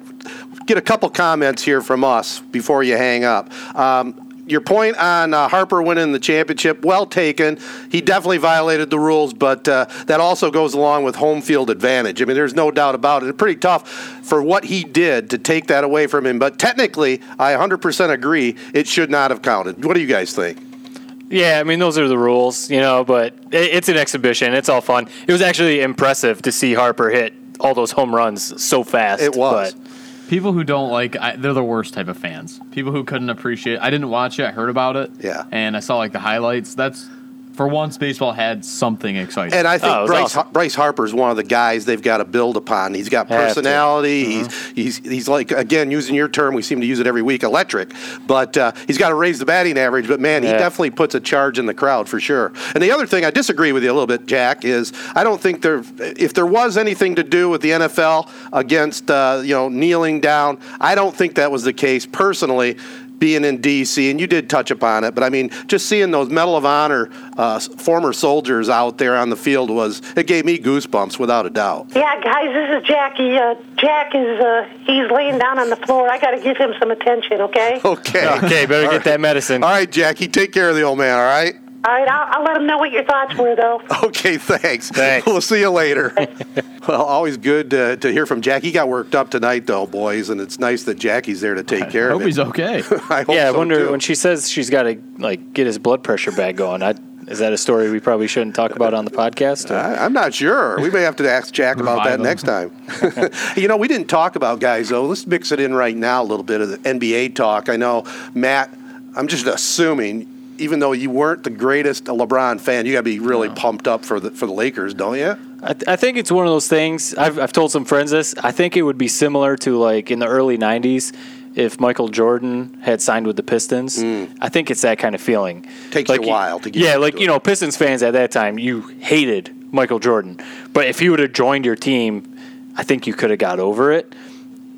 Get a couple comments here from us before you hang up. Um, your point on uh, Harper winning the championship, well taken. He definitely violated the rules, but uh, that also goes along with home field advantage. I mean, there's no doubt about it. It's pretty tough for what he did to take that away from him. But technically, I 100% agree it should not have counted. What do you guys think? Yeah, I mean those are the rules, you know. But i- it's an exhibition; it's all fun. It was actually impressive to see Harper hit all those home runs so fast. It was. but- People who don't like, I, they're the worst type of fans. People who couldn't appreciate. I didn't watch it. I heard about it. Yeah. And I saw like the highlights. That's for once, baseball had something exciting. And I think Oh, it was Bryce awesome. Bryce Harper's one of the guys they've got to build upon. He's got Have to. personality. He's he's he's like again using your term. We seem to use it every week. Electric, but uh, he's got to raise the batting average. But man, he Yeah. definitely puts a charge in the crowd for sure. And the other thing I disagree with you a little bit, Jack, is I don't think there if there was anything to do with the NFL against uh, you know kneeling down. I don't think that was the case personally. Being in D.C. and you did touch upon it, but I mean, just seeing those Medal of Honor uh, former soldiers out there on the field was it gave me goosebumps without a doubt. Yeah, guys, this is Jackie. Uh, Jack is uh, he's laying down on the floor. I got to give him some attention, okay? All Okay. okay, better All get right. that medicine. All right, Jackie, take care of the old man, all right? right, I'll, I'll let him know what your thoughts were, though. Okay, thanks. Thanks. We'll see you later. well, always good uh, to hear from Jack. He got worked up tonight, though, boys, and it's nice that Jackie's there to take care hope of he's him. okay. I hope yeah, I so, wonder too. when she says she's got to like get his blood pressure back going. I, is that a story we probably shouldn't talk about on the podcast? or- I, I'm not sure. We may have to ask Jack about that Revive him. next time. you know, we didn't talk about guys though. Let's mix it in right now a little bit of the NBA talk. I know Matt. I'm just assuming, even though you weren't the greatest LeBron fan, you got to be really pumped up for the for the Lakers, don't you? I, th- I think it's one of those things. I've, I've told some friends this. I think it would be similar to like in the early '90s if Michael Jordan had signed with the Pistons. I think it's that kind of feeling. Mm. Takes like, you a while to get Yeah, used like to you it. know, Pistons fans at that time, you hated Michael Jordan, but if he would have joined your team, I think you could have got over it.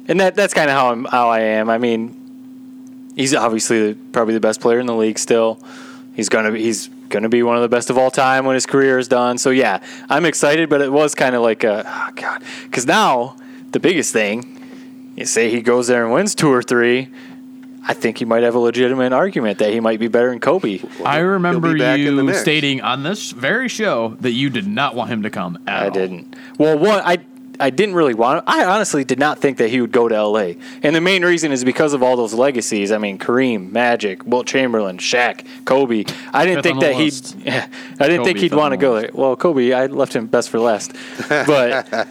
And that that's kind of how I'm how I am. I mean, he's obviously the, probably the best player in the league still. He's gonna be, he's gonna be one of the best of all time when his career is done. So yeah, I'm excited, but it was kind of like a oh god, because now the biggest thing, you say he goes there and wins two or three. I think he might have a legitimate argument that he might be better than Kobe. I remember back in the you mix. stating on this very show that you did not want him to come. At I all. didn't. Well, one, I I didn't really want. I honestly did not think that he would go to L.A. And the main reason is because of all those legacies. I mean, Kareem, Magic, Wilt Chamberlain, Shaq, Kobe. I didn't Fifth on think the that he'd. list. Yeah, I didn't think Kobe, he'd fifth want to on the go list. there. Well, Kobe, I left him best for last, but.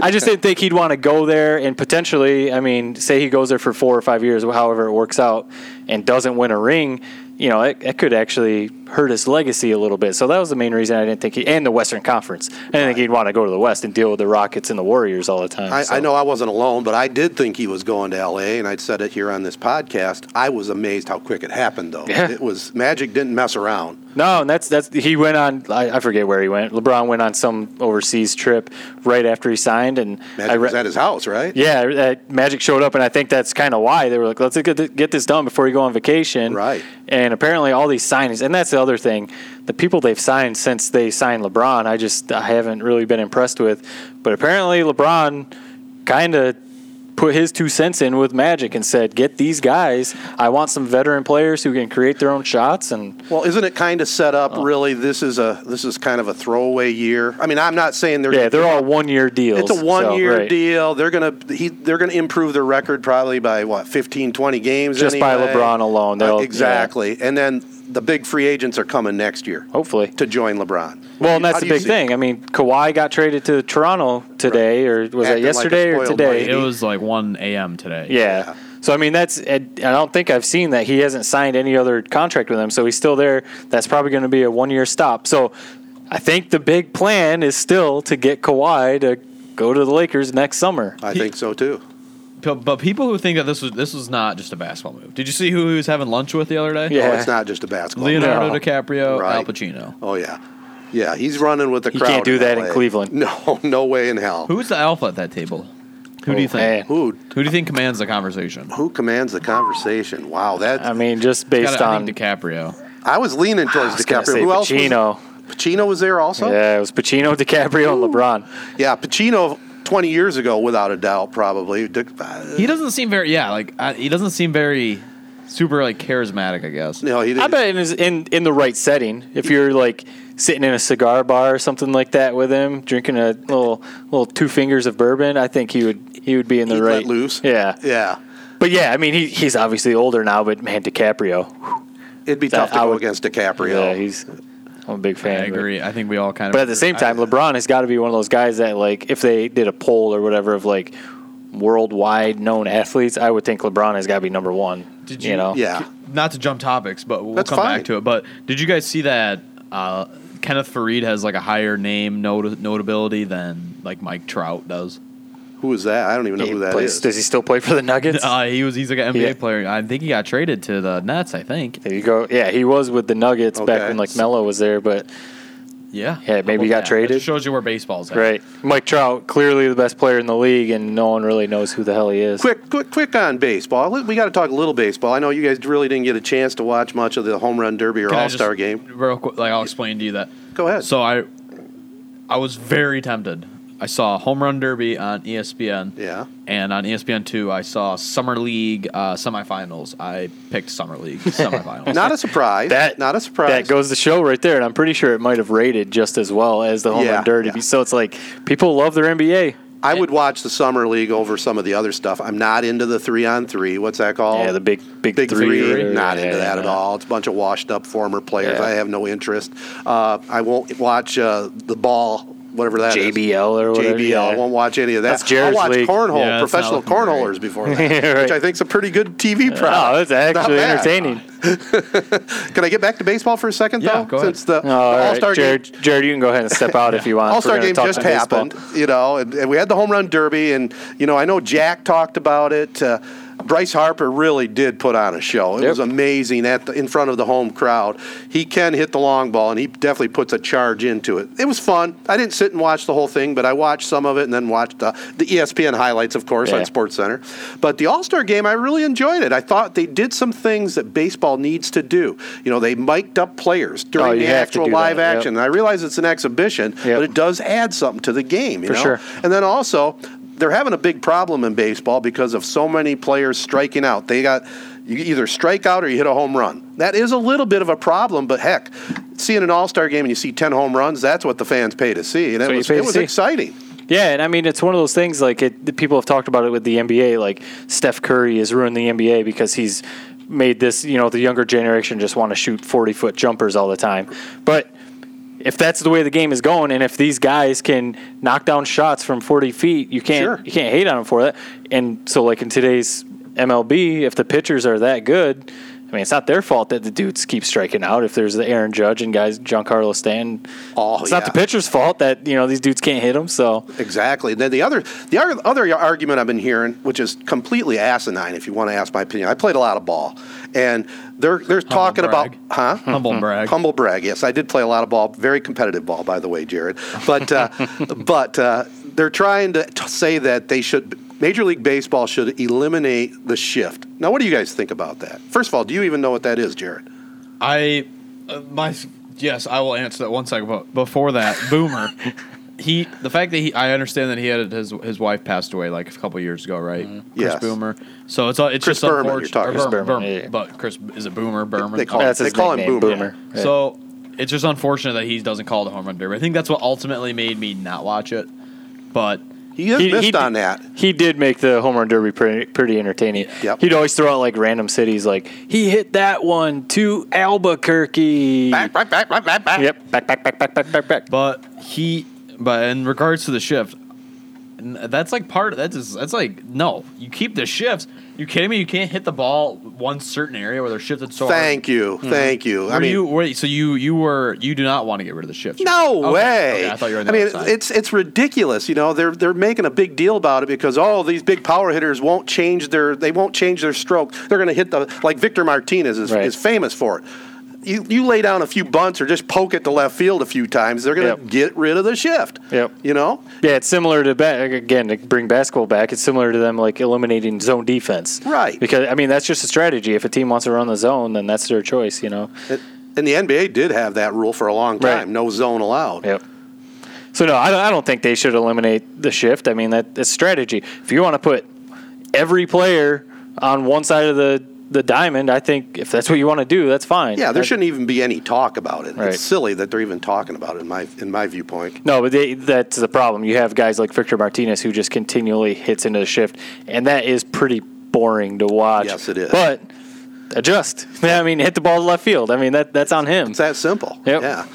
I just didn't think he'd want to go there and potentially, I mean, say he goes there for four or five years, however it works out, and doesn't win a ring, you know, it, it could actually hurt his legacy a little bit. So that was the main reason I didn't think he, and the Western Conference. I didn't think he'd want to go to the West and deal with the Rockets and the Warriors all the time. I, so. I know I wasn't alone, but I did think he was going to LA, and I said it here on this podcast. I was amazed how quick it happened, though. Yeah. It was Magic didn't mess around. No, and that's that's he went on. I, I forget where he went. LeBron went on some overseas trip right after he signed, and Magic I was re- at his house, right? Yeah, uh, Magic showed up, and I think that's kind of why they were like, "Let's get th- get this done before you go on vacation." Right. And apparently, all these signings, and that's the other thing, the people they've signed since they signed LeBron, I just I haven't really been impressed with. But apparently, LeBron kind of put his two cents in with Magic and said, "Get these guys. I want some veteran players who can create their own shots." And Well, isn't it kind of set up? Uh-huh. Really, this is a this is kind of a throwaway year. I mean, I'm not saying they're yeah, they're all one year deals. It's a so, one year right. deal. They're gonna he, they're gonna improve their record probably by what 15, 20 games. Just by anyway. LeBron alone, they'll- yeah. exactly. And then the big free agents are coming next year Hopefully, to join LeBron. Oh. Well, and How that's do the you big see it? thing. I mean, Kawhi got traded to Toronto today, or was Acting like that a yesterday or spoiled today? brat. It was like 1 a.m. today. yeah. So I mean, that's and I don't think I've seen that he hasn't signed any other contract with them, so he's still there. That's probably going to be a one-year stop. So I think the big plan is still to get Kawhi to go to the Lakers next summer. I think so too. P- But people who think that this was this was not just a basketball move. Did you see who he was having lunch with the other day? Yeah. Oh, it's not just a basketball. Leonardo No. DiCaprio, Right. Al Pacino. Oh yeah, yeah. He's running with the You crowd. can't do that in LA. Cleveland. No, no way in hell. Who's the alpha at that table? Who do you think? Oh, man. Who Who do you think commands the conversation? who commands the conversation? Wow, that I mean, just based Gotta- I on think DiCaprio. I was leaning I towards was gonna DiCaprio. say Who else? Was, Pacino. Pacino was there also. Yeah, it was Pacino, DiCaprio, and LeBron. Yeah, Pacino. Twenty years ago, without a doubt, probably. Dic- uh, He doesn't seem very yeah, like I, he doesn't seem very super like charismatic, I guess. No, he I didn't. bet in, his, in in the right setting, if you're like sitting in a cigar bar or something like that with him, drinking a little little two fingers of bourbon, I think he would he would be in the He'd right let loose. Yeah, Yeah, but yeah, I mean he he's obviously older now, but man, DiCaprio, it'd be That- tough to I go would- against yeah, DiCaprio. he's I'm a big I fan. but- agree. I think we all kind of But at the same time, LeBron has got to be one of those guys that like if they did a poll or whatever of like worldwide known athletes, I would think LeBron has got to be number one. Did you, you- know? yeah, not to jump topics, but we'll That's come fine. back to it. But did you guys see that uh, Kenneth Farid has like a higher name not- notability than like Mike Trout does? who is that? I don't even know He who that plays- is. Does he still play for the Nuggets? Uh, he was he's like an NBA Yeah. player. I think he got traded to the Nets. I think. There you go. Yeah, he was with the Nuggets back Okay. when like Melo was there, but Yeah. Yeah, How maybe about he got that? That traded. shows you where baseball's at. right. Mike Trout, clearly the best player in the league, and no one really knows who the hell he is. quick, quick, quick on baseball. Let- We got to talk a little baseball. I know you guys really didn't get a chance to watch much of the home run derby or Can I all star just- game. Real quick, like I'll explain to you that. Go ahead. So I, I was very tempted. I saw Home Run Derby on E ESPN. Yeah. And on ESPN two, I saw Summer League uh, semifinals. I picked Summer League semifinals. Not a surprise. That not a surprise. That goes to show right there, and I'm pretty sure it might have rated just as well as the home Yeah, run derby. yeah. So it's like people love their NBA. I would watch the summer league over some of the other stuff. I'm not into the three on three. What's that called? Yeah, the big big, Big three, or- not yeah, into that yeah. at all. It's a bunch of washed up former players. Yeah. I have no interest. Uh, I won't watch uh, the ball whatever that is. JBL or whatever. JBL. I won't watch any of that. That's Jared's I watched league. cornhole, Yeah, it's not professional looking cornholers before that, Yeah, right. which I think is a pretty good TV Wow, product. that's actually bad. entertaining. Can I get back to baseball for a second, Yeah, though? go ahead. Since the, Oh, all the right, All-Star Jared, game, Jared, you can go ahead and step out if you want. All-Star We're gonna game talk just some baseball. happened, you know, and, and we had the home run derby, and you know, I know Jack talked about it. Uh, Bryce Harper really did put on a show. It Yep. was amazing at the, in front of the home crowd. He can hit the long ball, and he definitely puts a charge into it. It was fun. I didn't sit and watch the whole thing, but I watched some of it, and then watched uh, the ESPN highlights, of course, on Yeah. Sports Center. But the All Star game, I really enjoyed it. I thought they did some things that baseball needs to do. You know, they mic'd up players during Oh, you the have to actual do that, live yep. action. And I realize it's an exhibition, but it does add something to the game. You For know? sure. And then also, they're having a big problem in baseball because of so many players striking out. They got you either strike out or you hit a home run. That is a little bit of a problem, but heck, seeing an All Star game and you see ten home runs, that's what the fans pay to see, and it what you was pay it to was see. exciting. Yeah, and I mean it's one of those things like it, the people have talked about it with the NBA. Like Steph Curry has ruined the NBA because he's made this. You know, the younger generation just want to shoot forty foot jumpers all the time. But if that's the way the game is going, and if these guys can knock down shots from forty feet, you can't Sure. you can't hate on them for that. And so, like in today's MLB, if the pitchers are that good. I mean, it's not their fault that the dudes keep striking out. If there's the Aaron Judge and guys, Giancarlo Stanton, Oh, it's yeah. not the pitcher's fault that you know these dudes can't hit them. So Exactly. Then the other the ar- other argument I've been hearing, which is completely asinine, if you want to ask my opinion. I played a lot of ball, and they're they're talking brag. about huh Hmm. Humble brag. humble brag. Yes, I did play a lot of ball, very competitive ball, by the way, Jared. But uh, but uh, they're trying to t- say that they should Major League Baseball should eliminate the shift. Now, what do you guys think about that? First of all, do you even know what that is, Jared? I uh, my yes, I will answer that one second. But before that, Boomer, he the fact that he I understand that he had his his wife passed away like a couple years ago, right? Chris Mm-hmm. Yes. Boomer. So it's uh, it's Chris just Berman, you're unfortunate- talking or about. Chris Berman, Berman, Berman, yeah. But Chris is a Boomer. Berman. They call Oh, him, That's they his call him nickname, Boomer. Boomer. Yeah. So it's just unfortunate that he doesn't call it a home run derby. I think that's what ultimately made me not watch it. But He is missed on that. He did make the home run derby pretty, pretty entertaining. Yep. He'd always throw out like random cities, like he hit that one to Albuquerque. Back, back, back, back, back, back. Yep, back, back, back, back, back, back, back. but he but in regards to the shift, n- that's like part. That's just, that's like no. You keep the shifts. You kidding me? You can't hit the ball one certain area where they're shifted so. Thank you, thank you. Hard. I Were mean, you wait. So you you were you do not want to get rid of the shift. No Okay, way. okay, I thought you were. On the I mean, other side. it's it's ridiculous. You know, they're they're making a big deal about it because oh, these big power hitters won't change their they won't change their stroke. They're going to hit the like Victor Martinez is, Right. is famous for it. You, you lay down a few bunts or just poke at the left field a few times, they're going to Yep. get rid of the shift. Yep. You know, Yeah, it's similar to back again to bring basketball back. It's similar to them like eliminating zone defense, Right. Because I mean that's just a strategy. If a team wants to run the zone, then that's their choice, you know. It- and the NBA did have that rule for a long time: Right. no zone allowed. Yep. So no, I don't, I don't think they should eliminate the shift. I mean that that's strategy. If you want to put every player on one side of the the diamond, I think if that's what you want to do, that's fine. Yeah, there I- shouldn't even be any talk about it. Right. It's silly that they're even talking about it in my in my viewpoint. No, but they, that's the problem. You have guys like Victor Martinez who just continually hits into the shift, and that is pretty boring to watch. Yes, it is. But adjust. I mean, hit the ball to left field. I mean, that that's on him. It's that simple. Yep. Yeah.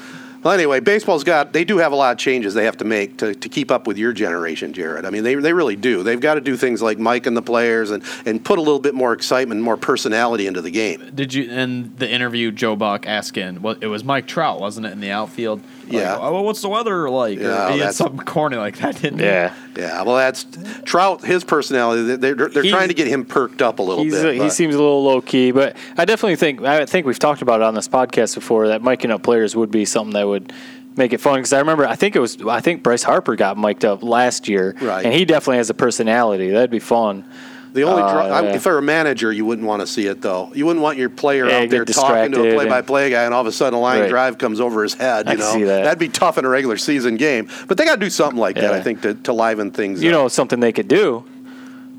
Well, anyway, baseball's got, they do have a lot of changes they have to make to, to keep up with your generation, Jared. I mean, they, they really do. They've got to do things like Mike and the players and, and put a little bit more excitement, more personality into the game. Did you in the interview Joe Buck asking what it was Mike Trout wasn't it in the outfield? Like, Yeah. Oh, what's the weather like? Or Yeah, he had that's- something corny like that, didn't he? Yeah. Yeah, well, that's Trout, his personality, they're, they're He's- trying to get him perked up a little He's, uh, bit. he but- seems a little low key, but I definitely think I think we've talked about it on this podcast before that miking up players would be something that would make it fun. Because I remember, I think it was I think Bryce Harper got mic'd up last year, Right. and he definitely has a personality. That'd be fun. The only Uh, dro- I, yeah. if I were a manager, you wouldn't want to see it though. You wouldn't want your player Yeah, out get there talking to distracted a and- play-by-play guy, and all of a sudden a line Right. drive comes over his head. You I can know see that. would be tough in a regular season game, but they got to do something like that. Yeah. I think to, to liven things. You up. know, something they could do.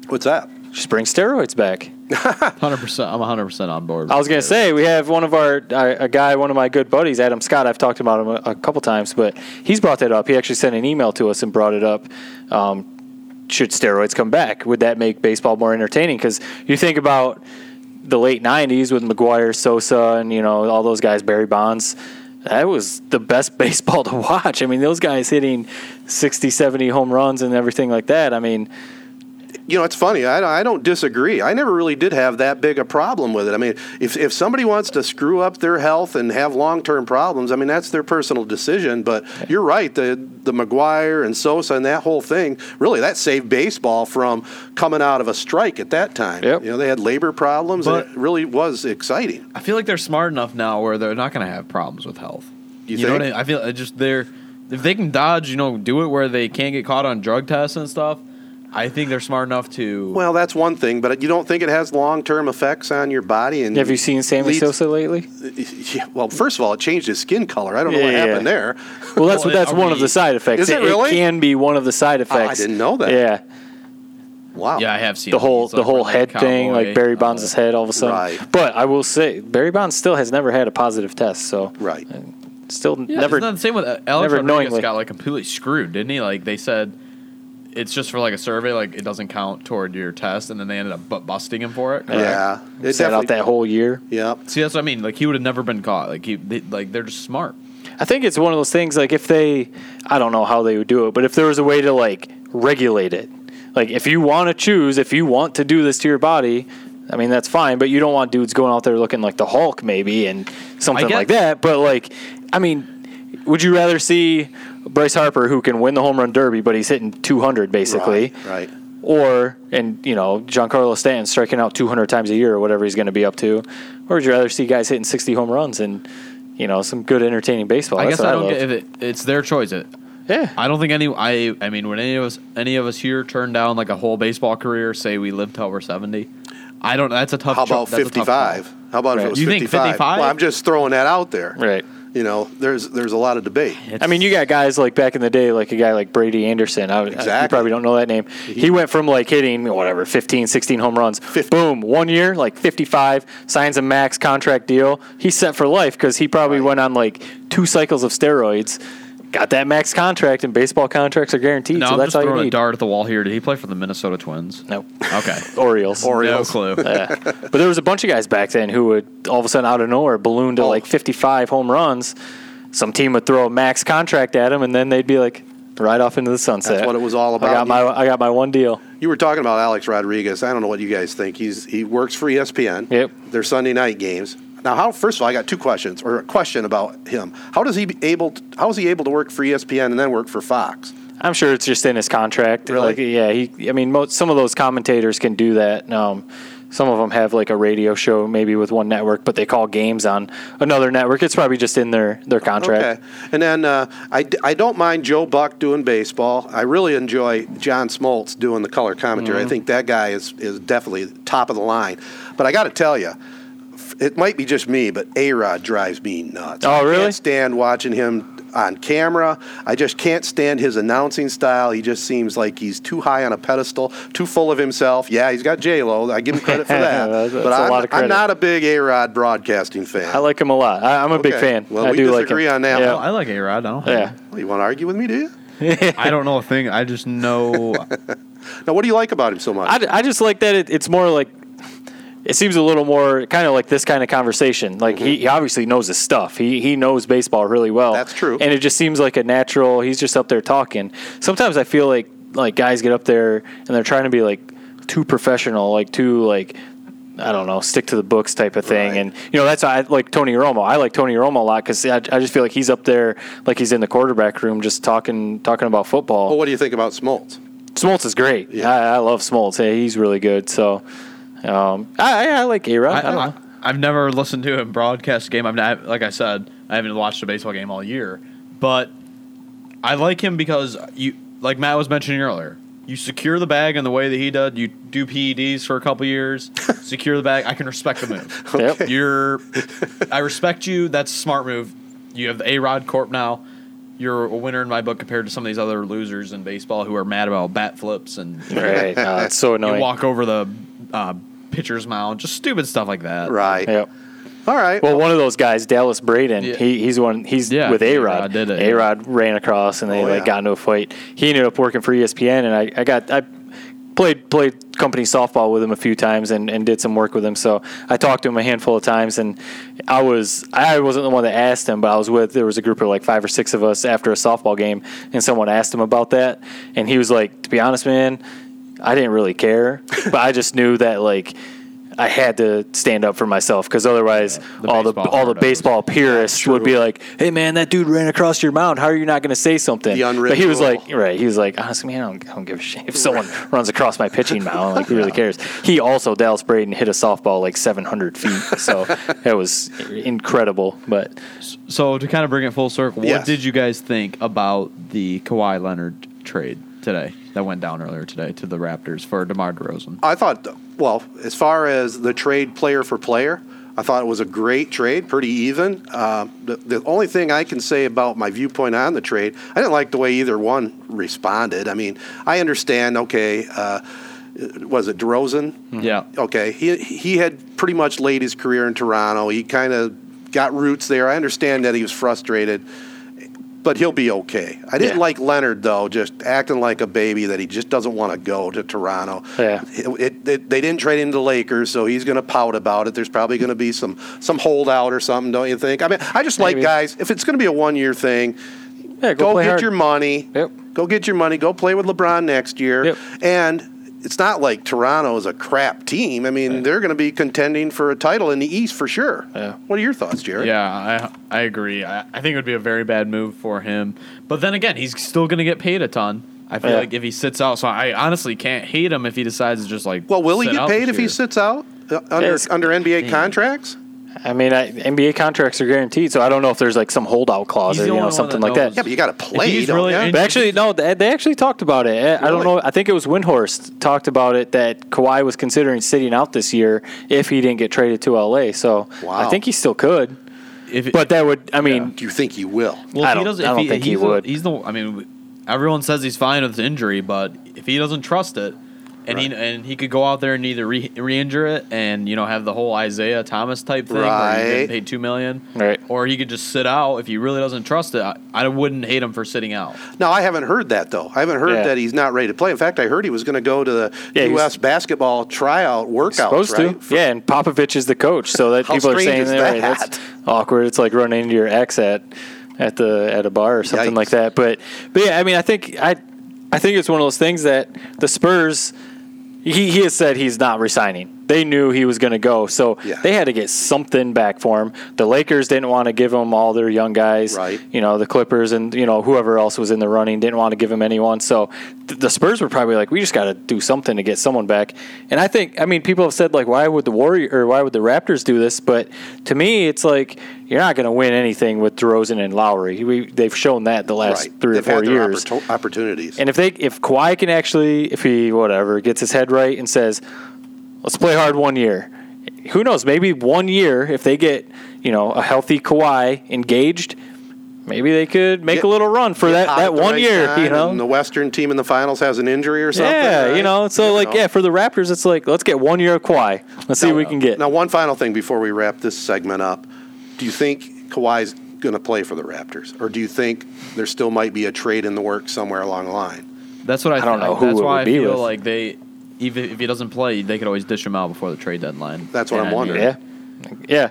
what's that? Just bring steroids back. Hundred percent. I'm hundred percent on board. I was gonna say we have one of our uh, a guy, one of my good buddies, Adam Scott. I've talked about him a, a couple times, but he's brought that up. He actually sent an email to us and brought it up. Um, should steroids come back? Would that make baseball more entertaining? Because you think about the late '90s with McGuire, Sosa, and you know all those guys, Barry Bonds. that was the best baseball to watch. I mean, those guys hitting 60, 70 home runs and everything like that. I mean, you know, it's funny. I, I don't disagree. I never really did have that big a problem with it. I mean, if, if somebody wants to screw up their health and have long term problems, I mean, that's their personal decision. But you're right. The, the McGuire and Sosa and that whole thing really that saved baseball from coming out of a strike at that time. Yep. You know, they had labor problems, But- and it really was exciting. I feel like they're smart enough now where they're not going to have problems with health. You know think? what I, mean? I feel I just they're if they can dodge, you know, do it where they can't get caught on drug tests and stuff. I think they're smart enough to. Well, that's one thing, but you don't think it has long term effects on your body? And have you seen Sammy leads- Sosa lately? Yeah, well, first of all, it changed his skin color. I don't know what Yeah, yeah. happened there. Well, that's Well, that's are one we- of the side effects. Is it really? Oh, can be one of the side I effects. didn't know that. Yeah, Wow. yeah, I have seen the whole It's the like whole Redneck head thing, Cowboy, like Barry uh, Bonds' head, all of a sudden. Right. But I will say, Barry Bonds still has never had a positive test, so Right. Uh, still Yeah, never. It's not the same with uh, Alex never Rodriguez knowingly. got like completely screwed, didn't he? Like they said, it's just for like a survey, like it doesn't count toward your test, and then they ended up bu- busting him for it. correct? Yeah. It sat out definitely- that whole year. Yeah. See, that's what I mean. Like he would have never been caught. Like he, they, like they're just smart. I think it's one of those things like if they I don't know how they would do it, but if there was a way to like regulate it. Like if you want to choose, if you want to do this to your body, I mean that's fine, but you don't want dudes going out there looking like the Hulk maybe and something like guess. that, but like I mean, would you rather see Bryce Harper who can win the home run derby but he's hitting 200 basically? Right. right. or and you know Giancarlo Stanton striking out 200 times a year or whatever he's going to be up to, or would you rather see guys hitting 60 home runs and you know some good entertaining baseball? I That's guess what I don't love. get if it, it's their choice. It, yeah, I don't think any. I I mean, when any of us any of us here turn down like a whole baseball career, say we live till we're seventy, I don't. That's a tough. How cho- about that's a tough call. 55? How about if it Right. was You think 55? 55? Well, I'm just throwing that out there. right. You know, there's there's a lot of debate. It's- I mean, you got guys like back in the day, like a guy like Brady Anderson. I, I, Exactly. you probably don't know that name. He went from like hitting whatever 15, 16 home runs. Boom, one year like 55, signs a max contract deal. He's set for life because he probably went on like two cycles of steroids, got that max contract, and baseball contracts are guaranteed. No, so I'm that's just all you throwing a need. dart at the wall here. Did he play for the Minnesota Twins? No. Okay. Orioles. no Orioles. clue. Yeah. But there was a bunch of guys back then who would all of a sudden out of nowhere balloon Oh. to like 55 home runs. Some team would throw a max contract at him, and then they'd be like, right off into the sunset. what it was all I about. got my I got my one deal. You were talking about Alex Rodriguez. I don't know what you guys think. He's he works for E ESPN. Yep. Their Sunday night games. Now, how? First of all, I got two questions or a question about him. How does he be able? To, how is he able to work for E ESPN and then work for Fox? I'm sure it's just in his contract. Really? Like, yeah, he. I mean, most, some of those commentators can do that. Um, some of them have like a radio show, maybe with one network, but they call games on another network. It's probably just in their their contract. Okay. And then uh, I, d- I don't mind Joe Buck doing baseball. I really enjoy John Smoltz doing the color commentary. Mm-hmm. I think that guy is, is definitely top of the line. But I got to tell you, it might be just me, but A Rod drives me nuts. Oh, I really? can't stand watching him on camera. I just can't stand his announcing style. He just seems like he's too high on a pedestal, too full of himself. Yeah, he's got J Lo. I give him credit for that. That's- that's but a I'm, lot of I'm credit. not a big A Rod broadcasting fan. I like him a lot. I, I'm a big Okay. fan. Well, I we do disagree like him. on that Yeah. Well, Oh, I like A Rod. I don't. yeah. you want to argue with me, do you? I don't know a thing. I just know. Now, what do you like about him so much? I, I just like that it, it's more like it seems a little more kind of like this kind of conversation. Like he, he obviously knows his stuff. He he knows baseball really well. Mm-hmm. That's true. And it just seems like a natural. He's just up there talking. Sometimes I feel like like guys get up there and they're trying to be like too professional, like too like I don't know, stick to the books type of thing. Right. And you know that's why I like Tony Romo. I like Tony Romo a lot because I, I just feel like he's up there like he's in the quarterback room just talking talking about football. Well, what do you think about Smoltz? Smoltz is great. Yeah. I, I love Smoltz. Yeah, he's really good. So um, I, I, I like A Rod. I, I, don't know. I, have never listened to him broadcast a game. I've not, like I said, I haven't watched a baseball game all year, but I like him because you, like Matt was mentioning earlier, you secure the bag in the way that he did. You do PEDs for a couple years, secure the bag. I can respect the move. Yep. You're, I respect you. That's a smart move. You have the A Rod Corp now. You're a winner in my book compared to some of these other losers in baseball who are mad about bat flips and Right. Uh, it's so you annoying. walk over the uh, pitcher's mound, just stupid stuff like that. Right. Yep. All right. Well, one of those guys, Dallas Braden, Yeah. he, he's one. He's Yeah, with A Rod. A-Rod did it. A Rod ran across, and they Oh, like yeah. E got into a fight. He ended up working for ESPN, and I, I got I played played company softball with him a few times and, and did some work with him. So I talked to him a handful of times, and I was I wasn't the one that asked him, but I was with there was a group of like five or six of us after a softball game, and someone asked him about that, and he was like, "To be honest, man, I didn't really care, but I just knew that like." I had to stand up for myself because otherwise, the all the baseball all part of the it was- baseball purists would be like, "Hey, man, that dude ran across your mound. How are you not going to say something?" The unwritten but he was rule. like, right? He was like, honestly, man, I don't, I don't give a shit if someone runs across my pitching mound. Like, who really cares? He also Dallas Braden hit a softball like 700 feet, so that was incredible. But So to kind of bring it full circle, what Yes. did you guys think about the Kawhi Leonard trade today that went down earlier today to the Raptors for DeMar DeRozan? I thought, well, as far as the trade player for player, I thought it was a great trade, pretty even. Uh, the, the only thing I can say about my viewpoint on the trade, I didn't like the way either one responded. I mean, I understand, okay, uh, was it DeRozan? Yeah. okay. He he had pretty much laid his career in Toronto. He kind of got roots there. I understand that he was frustrated, but he'll be okay. I didn't Yeah. like Leonard though, just acting like a baby that he just doesn't want to go to Toronto. Yeah. It, it, it- they didn't trade him to Lakers, so he's going to pout about it. There's probably going to be some some holdout or something, don't you think? I mean, I just like Maybe. guys. If it's going to be a one year thing, yeah, go, play get hard. your money. Yep. Go get your money. Go play with LeBron next year. Yep. And it's not like Toronto is a crap team. I mean, they're going to be contending for a title in the East for sure. Yeah. What are your thoughts, Jared? Yeah, I I agree. I, I think it would be a very bad move for him. But then again, he's still going to get paid a ton. I feel Yeah. like if he sits out, so I honestly can't hate him if he decides to just like. Well, will he sit get out paid this if he year. sits out uh, under Yes. Mm-hmm. under NBA contracts? I mean, I, NBA contracts are guaranteed, so I don't know if there's like some holdout clause He's or the you know only one something that like that. knows. Yeah, but you got to play. he's don't really ya? in- But actually, no, they, they actually talked about it. I, I don't Really? know. I think it was Windhorst talked about it that Kawhi was considering sitting out this year if he didn't get traded to LA. So Wow. I think he still could. If, But that would, I mean, Do you think he will? well, if I he don't- doesn't, I if don't think he he's would. The, he's the. I mean, everyone says he's fine with the injury, but if he doesn't trust it, and he and he could go out there and either re, re-injure it and you know have the whole Isaiah Thomas type thing, where he's Right. getting paid two million, Right. Or he could just sit out if he really doesn't trust it. I, I wouldn't hate him for sitting out. No, I haven't heard that though. I haven't heard Yeah. that he's not ready to play. In fact, I heard he was going to go to the Yeah, he was- U.S. basketball tryout workouts. supposed right? to. Yeah, and Popovich is the coach, so that How people are strange saying is that, right, that? that's awkward. It's like running into your ex at at the at a bar or something Yikes. like that. But but yeah, I mean, I think I I think it's one of those things that the Spurs. He, he has said he's not resigning. They knew he was going to go, so Yeah. they had to get something back for him. The Lakers didn't want to give him all their young guys, Right. You know, the Clippers and you know whoever else was in the running didn't want to give him anyone. So th- the Spurs were probably like, we just got to do something to get someone back. And I think, I mean, people have said like, why would the Warrior or why would the Raptors do this? But to me, it's like you're not going to win anything with DeRozan and Lowry. We, they've shown that the last Right. three They've or four had their years. opportu- opportunities. And if they if Kawhi can actually if he whatever gets his head right and says, let's play hard one year. Who knows? Maybe one year if they get you know a healthy Kawhi engaged, maybe they could make Get- a little run for Get that hot that at the one right year. time You know. and the Western team in the finals has an injury or something. yeah, right? you know. So You like, know. yeah, for the Raptors, it's like let's get one year of Kawhi. Let's see what we can get. Now, one final thing before we wrap this segment up: Do you think Kawhi's going to play for the Raptors, or do you think there still might be a trade in the works somewhere along the line? That's what I, I don't think. know who That's it why would I be feel with. like they, even if he doesn't play, they could always dish him out before the trade deadline. That's what And I'm wondering. Yeah, yeah.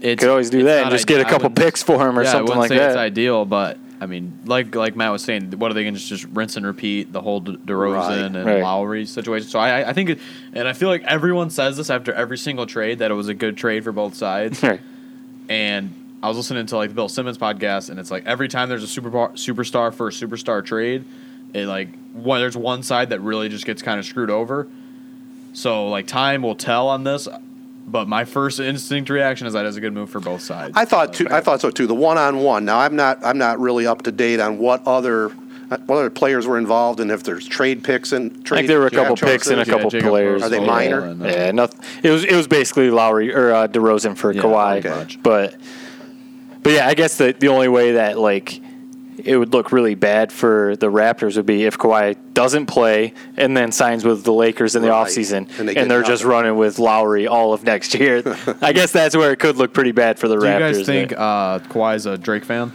It's, Could always do it's that and not just ide- get a I couple wouldn't- picks for him or yeah, I something wouldn't like say It's that. ideal, but I mean, like like Matt was saying, what are they going to just rinse and repeat the whole De- DeRozan Right. and Right. Lowry situation? So I I- I think, it, and I feel like everyone says this after every single trade that it was a good trade for both sides. Right. and I was listening to like the Bill Simmons podcast, and it's like every time there's a super superstar for a superstar trade, it like one, there's one side that really just gets kind of screwed over. So like time will tell on this, but my first instinct reaction is that it's a good move for both sides. I thought too, I thought so too. The one-on-one. Now, I'm not I'm not really up to date on what other what other players were involved and if there's trade picks and I trade. think there were a draft couple choices. picks and a Yeah, couple Jacob Rose players. Are they Yeah. minor? and, uh, Yeah, nothing. It was it was basically Lowry or uh, DeRozan for Yeah, Kawhi, pretty much. but but yeah, I guess the the only way that like it would look really bad for the Raptors would be if Kawhi doesn't play and then signs with the Lakers in the Right. And offseason and, they they get and they're just nothing. running with Lowry all of next year. I guess that's where it could look pretty bad for the Do you uh, Raptors. guys think but uh, Kawhi's a Drake fan?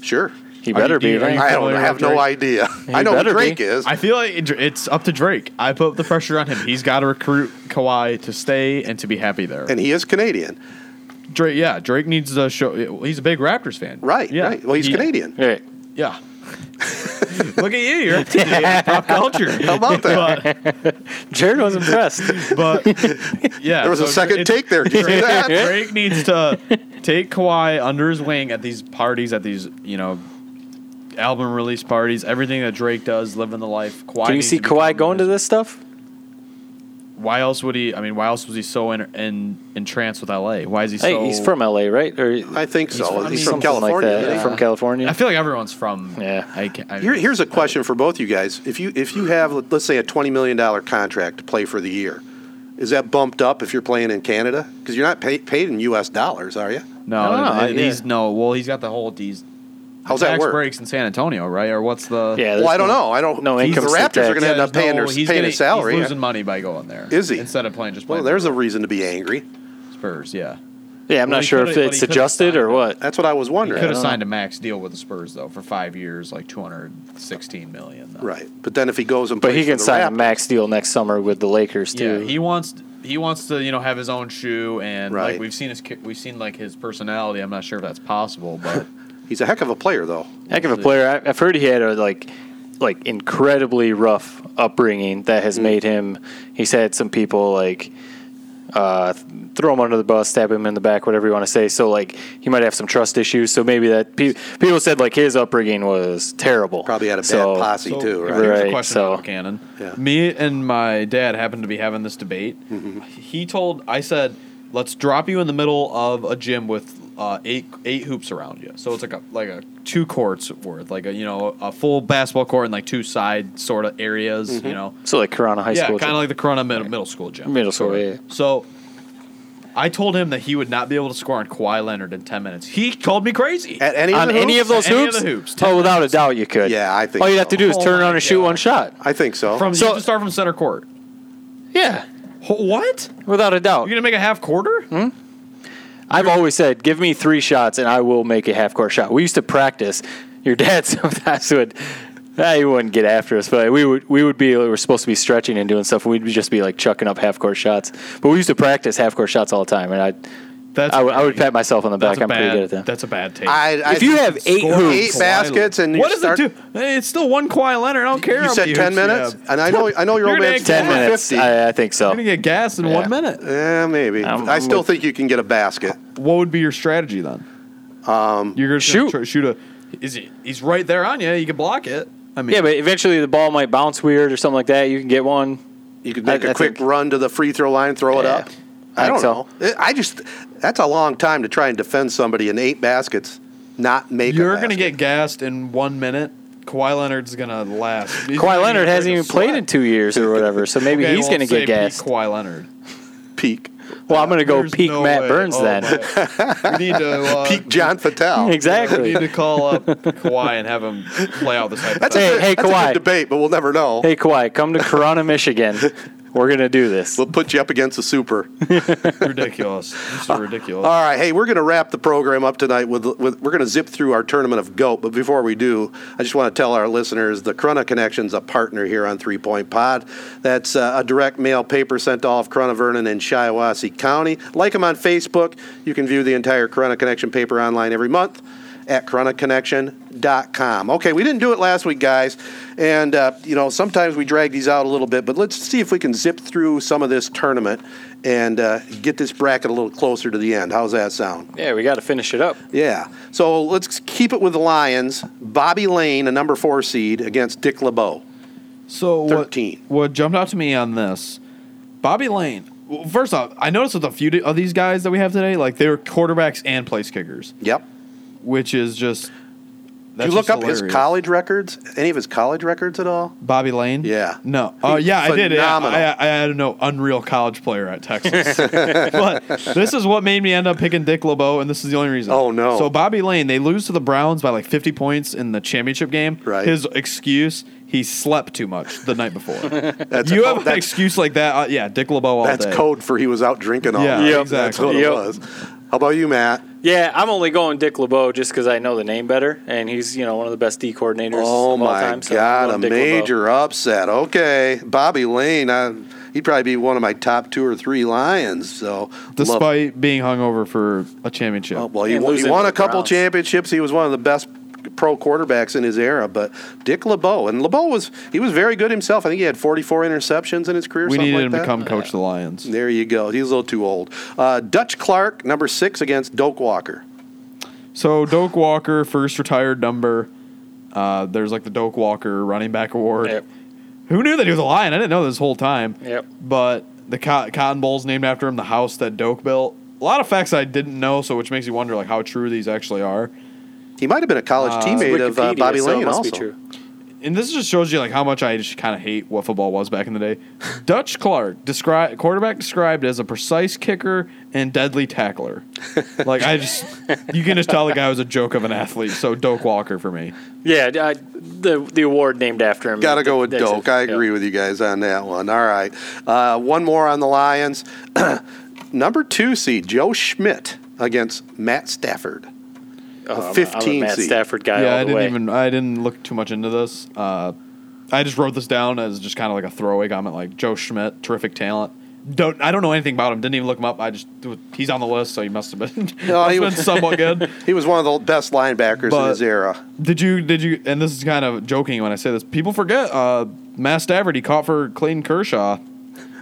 Sure. He better be. do you- are you right? I don't familiar have with no Drake? idea. I know better who Drake be. is. I feel like it- it's up to Drake. I put the pressure on him. He's got to recruit Kawhi to stay and to be happy there. and he is Canadian. Drake, yeah, Drake needs to show. He's a big Raptors fan, Right, Yeah, right. Well, he's He- Canadian. Right. Yeah. Look at you. You're up to date on pop culture. How about that? Jared was impressed. But yeah, There was a so second it- take there. Did you hear that? Drake needs to take Kawhi under his wing at these parties, at these you know album release parties. Everything that Drake does, living the life. Kawhi. Do you needs see to Kawhi become going to his- this stuff? Why else would he? I mean, why else was he so in, in entranced with LA? Why is he Hey, so? he's from LA, right? Or I think so. He's, from- I from mean, something like California. that. isn't he? From California. I feel like everyone's from. Yeah. I, can't- I, Here, here's a question for both you guys. If you if you have let- let's say a twenty million dollar contract to play for the year, is that bumped up if you're playing in Canada? Because you're not pay, paid in U.S. dollars, are you? no, I don't know, I- and he's no. Well, he's got the whole these How's that tax work? breaks in San Antonio, right? Or what's the? yeah. Well, there's I don't no- know. I don't. no the income state Raptors are going to tax. end up there's paying, no- their, he's paying gonna- his salary. He's losing money by going there. Is he? instead of playing just? well, playing there's a reason to be angry. Spurs. Yeah, Yeah, I'm Well, not he sure coulda- if but he it's coulda adjusted or signed what. That's what I was he wondering. could have signed a max deal with the Spurs though for five years, like two hundred sixteen million. Though. Right, but then if he goes and But plays he for can the sign a Raptors- max deal next summer with the Lakers Yeah, too. he wants he wants to you know have his own shoe and Right. like we've seen his ki- we've seen like his personality. I'm not sure if that's possible, but He's a heck of a player, though. Heck of a player. I, I've heard he had a like, like incredibly rough upbringing that has made him. He's had some people like, uh, th- throw him under the bus, stab him in the back, whatever you want to say. So like, he might have some trust issues. So maybe that pe- people said like his upbringing was terrible. Probably had a bad So- posse too, right? Here's a Right, question so- about Cannon. Yeah. Me and my dad happened to be having this debate. Mm-hmm. He told I said, "Let's drop you in the middle of a gym with uh, eight eight hoops around you. So it's like a like a two courts worth, like a you know a full basketball court and like two side sort of areas. Mm-hmm. You know, So like Corona High yeah, School. kind of like the Corona middle, middle school gym. Middle school, Sort of. yeah. So I told him that he would not be able to score on Kawhi Leonard in ten minutes. He called me crazy. At any on of the any of hoops? those Any of hoops. the hoops. Oh, without a doubt, you could. Yeah, I think All you have so. to do is Oh turn my around and shoot God. one shot. I think so. from you So- have to start from center court. Yeah, Wh- What? without a doubt. You're gonna make a half quarter? Hmm? I've always said, give me three shots and I will make a half court shot. We used to practice. Your dad sometimes would. ah, he wouldn't get after us, but we would we would be we were supposed to be stretching and doing stuff. We'd be- just be like chucking up half court shots, but we used to practice half court shots all the time. And I, That's I, would- I would pat myself on the That's back. a I'm pretty bad- good at that. That's a bad take. I, I if you have eight eight hoops, baskets and you what does start, it do? Hey, It's still one Kawhi Leonard. I don't You care. how said many ten hoops you minutes, have. and I know I know your old You're man's gonna ten get minutes, 50. I, I think so. You're gonna get gas in Yeah. one minute. Yeah, maybe. I'm- I I'm still with- think you can get a basket. What would be your strategy then? Um, You're gonna shoot. try- shoot a. Is he, he's right there on you. You can block it. I mean, Yeah, but eventually the ball might bounce weird or something like that. You can get one. You could I- make a I quick think- run to the free throw line, throw it Yeah. up. I I, don't think so. know. I I just that's a long time to try and defend somebody in eight baskets, not make. a you're gonna basket. get gassed in one minute. Kawhi Leonard's gonna last. He's gonna Kawhi be Leonard afraid hasn't to even played sweat. in two years or whatever, so maybe Okay, he's well, going to say peak get gassed. Kawhi Leonard. peak, Well, I'm going to go There's peak no Matt way. Burns Oh, then. my- we need to uh, peak John Fatale. We exactly. need to call up Kawhi and have him play out this hypothetical. That's a Hey, good, hey, that's a good Kawhi. debate, but we'll never know. Hey Kawhi, come to Corona, Michigan. We're gonna do this. We'll put you up against a super. ridiculous. This Uh, is ridiculous. All right, hey, we're going to wrap the program up tonight with, with we're going to zip through our tournament of goat, but before we do, I just want to tell our listeners the Corona Connection's a partner here on Three Point Pod. That's uh, a direct mail paper sent to all of Corona Vernon and Shiawassee County. Like them on Facebook. You can view the entire Corona Connection paper online every month at coronaconnection.com. Okay, we didn't do it last week, guys. And, uh, you know, sometimes we drag these out a little bit, but let's see if we can zip through some of this tournament and uh, get this bracket a little closer to the end. How's that sound? Yeah, we got to finish it up. Yeah. So let's keep it with the Lions. Bobby Lane, a number four seed, against Dick LeBeau. So what- 13. What, jumped out to me on this, Bobby Lane. well, First off, I noticed with a few of these guys that we have today, like they were quarterbacks and place kickers, Yep. which is just. Did that's you look just up his hilarious. college records? Any of his college records at all? Bobby Lane. Yeah. No. Oh, yeah, I did. Yeah, Phenomenal. I, I, I had no unreal college player at Texas, but this is what made me end up picking Dick LeBeau, and this is the only reason. Oh, no. So Bobby Lane, they lose to the Browns by like 50 points in the championship game. Right. His excuse: he slept too much the night before. That's you a- have an Oh, that's- excuse like that? Uh, yeah, Dick LeBeau all That's day. code for he was out drinking all Yeah, night. Yep. That's what exactly. it was. How about you, Matt? Yeah, I'm only going Dick LeBeau just because I know the name better, and he's you know one of the best D coordinators. Oh of my all time, so I'm God, a going Dick LeBeau. major upset. Okay, Bobby Lane. I, he'd probably be one of my top two or three Lions. So, love- Oh, Despite being hungover for a championship. well, he, And won- he losing won to a the couple Browns. championships. He was one of the best pro quarterbacks in his era. But Dick LeBeau and LeBeau was he was very good himself. I think he had 44 interceptions in his career. we something needed like him that. to come coach the Lions. There you go. He's a little too old. Uh, Dutch Clark, number six against Doak Walker. So Doak Walker, first retired number. Uh, there's like the Doak Walker running back award. Yep. Who knew that he was a lion? I didn't know this whole time. Yep. But the co- Cotton Bowl's named after him. The house that Doak built. A lot of facts I didn't know, so which makes you wonder like how true these actually are. He might have been a college teammate of uh, Wikipedia, Bobby so it Lane. must also, be true. and this just shows you like how much I just kind of hate what football was back in the day. Dutch Clark, describe quarterback described as a precise kicker and deadly tackler. Like I just, you can just tell the guy was a joke of an athlete. So Doak Walker for me. Yeah, I, the the award named after him. Got to go with That's it. Doak. I Yeah. agree with you guys on that one. All right. Uh, one more on the Lions. Number two seed, Joe Schmidt against Matt Stafford. Oh, I'm a- I'm a 15 Matt seed. Stafford guy. yeah, all I the didn't way. even I didn't look too much into this. Uh, I just wrote this down as just kind of like a throwaway comment, like Joe Schmidt, terrific talent. Don't I don't know anything about him. Didn't even look him up. I just he's on the list, so he must have been, No, must he have been was- somewhat good. He was one of the best linebackers in But- his era. Did you? Did you? And this is kind of joking when I say this. People forget uh, Matt Stafford. He caught for Clayton Kershaw.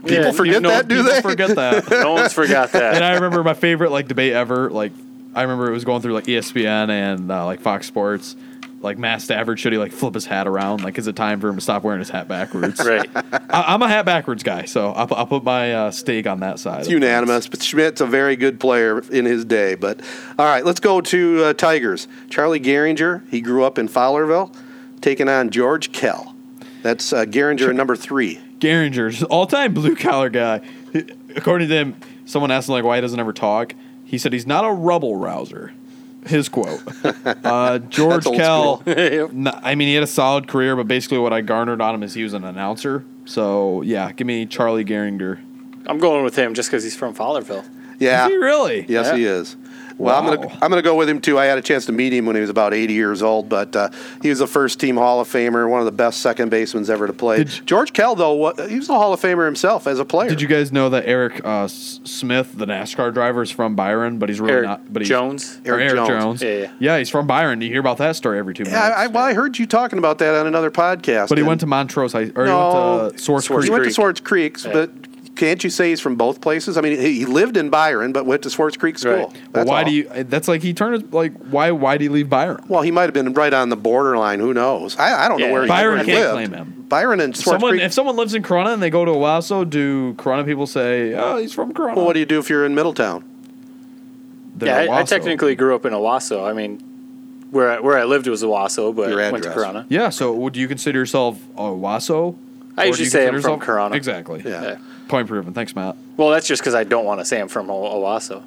Yeah, People forget You know, that, do people they? Forget that. No one's forgot that. and I remember my favorite like debate ever. Like I remember it was going through like E ESPN and uh, like Fox Sports. Like Matt Stafford, should he like flip his hat around? Like, is it time for him to stop wearing his hat backwards? right. I, I'm a hat backwards guy, so I'll, pu- I'll put my uh, stake on that side. It's unanimous, but Schmidt's a very good player in his day. But all right, let's go to uh, Tigers. Charlie Garinger, he grew up in Fowlerville, taking on George Kell. That's uh, Garinger at number three. Geringer's all time blue collar guy. According to him, someone asked him like why he doesn't ever talk. He said he's not a rubble rouser. His quote. Uh, George That's old Kell. Yep. n- I mean, he had a solid career, but basically what I garnered on him is he was an announcer. So yeah, give me Charlie Geringer. I'm going with him just because he's from Fowlerville. Yeah. Is he really? Yes, Yeah. he is. Well, I'm Wow. gonna I'm gonna go with him too. I had a chance to meet him when he was about 80 years old, but uh, he was a first team Hall of Famer, one of the best second basemen ever to play. Did- George Kell, though, wa- he was a Hall of Famer himself as a player. Did you guys know that Eric uh, S- Smith, the NASCAR driver, is from Byron, but he's really Eric not. But he's, Jones. or Eric Eric, Jones. Jones. Yeah, yeah. he's from Byron. You hear about that story every two minutes. Yeah, I, I, well, I heard you talking about that on another podcast. but he and- went to Montrose High, or he No. went to Source He Creek. went to Swartz Creek, but can't you say he's from both places? I mean, he he lived in Byron, but went to Swartz Creek School. Right. Well, That's why all. do you? That's like he turned his- like why? Why did he leave Byron? Well, he might have been right on the borderline. Who knows? I, I don't know Yeah. where he- Byron where he can't lived. claim him. Byron and Swartz Someone, Creek. if someone lives in Corona and they go to Owasso, do Corona people say, "Oh, he's from Corona"? well, what do you do if you're in Middletown? They're Yeah, I, I Owasso. technically grew up in Owasso. I mean, where I, where I lived was Owasso, but Your went to address. Corona. Yeah, so would you consider yourself Owasso? I Or usually do you consider say I'm from yourself- Corona. Exactly. Yeah. Yeah. Point proven. Thanks, Matt. Well, that's just because I don't want to say I'm from O- Owasso.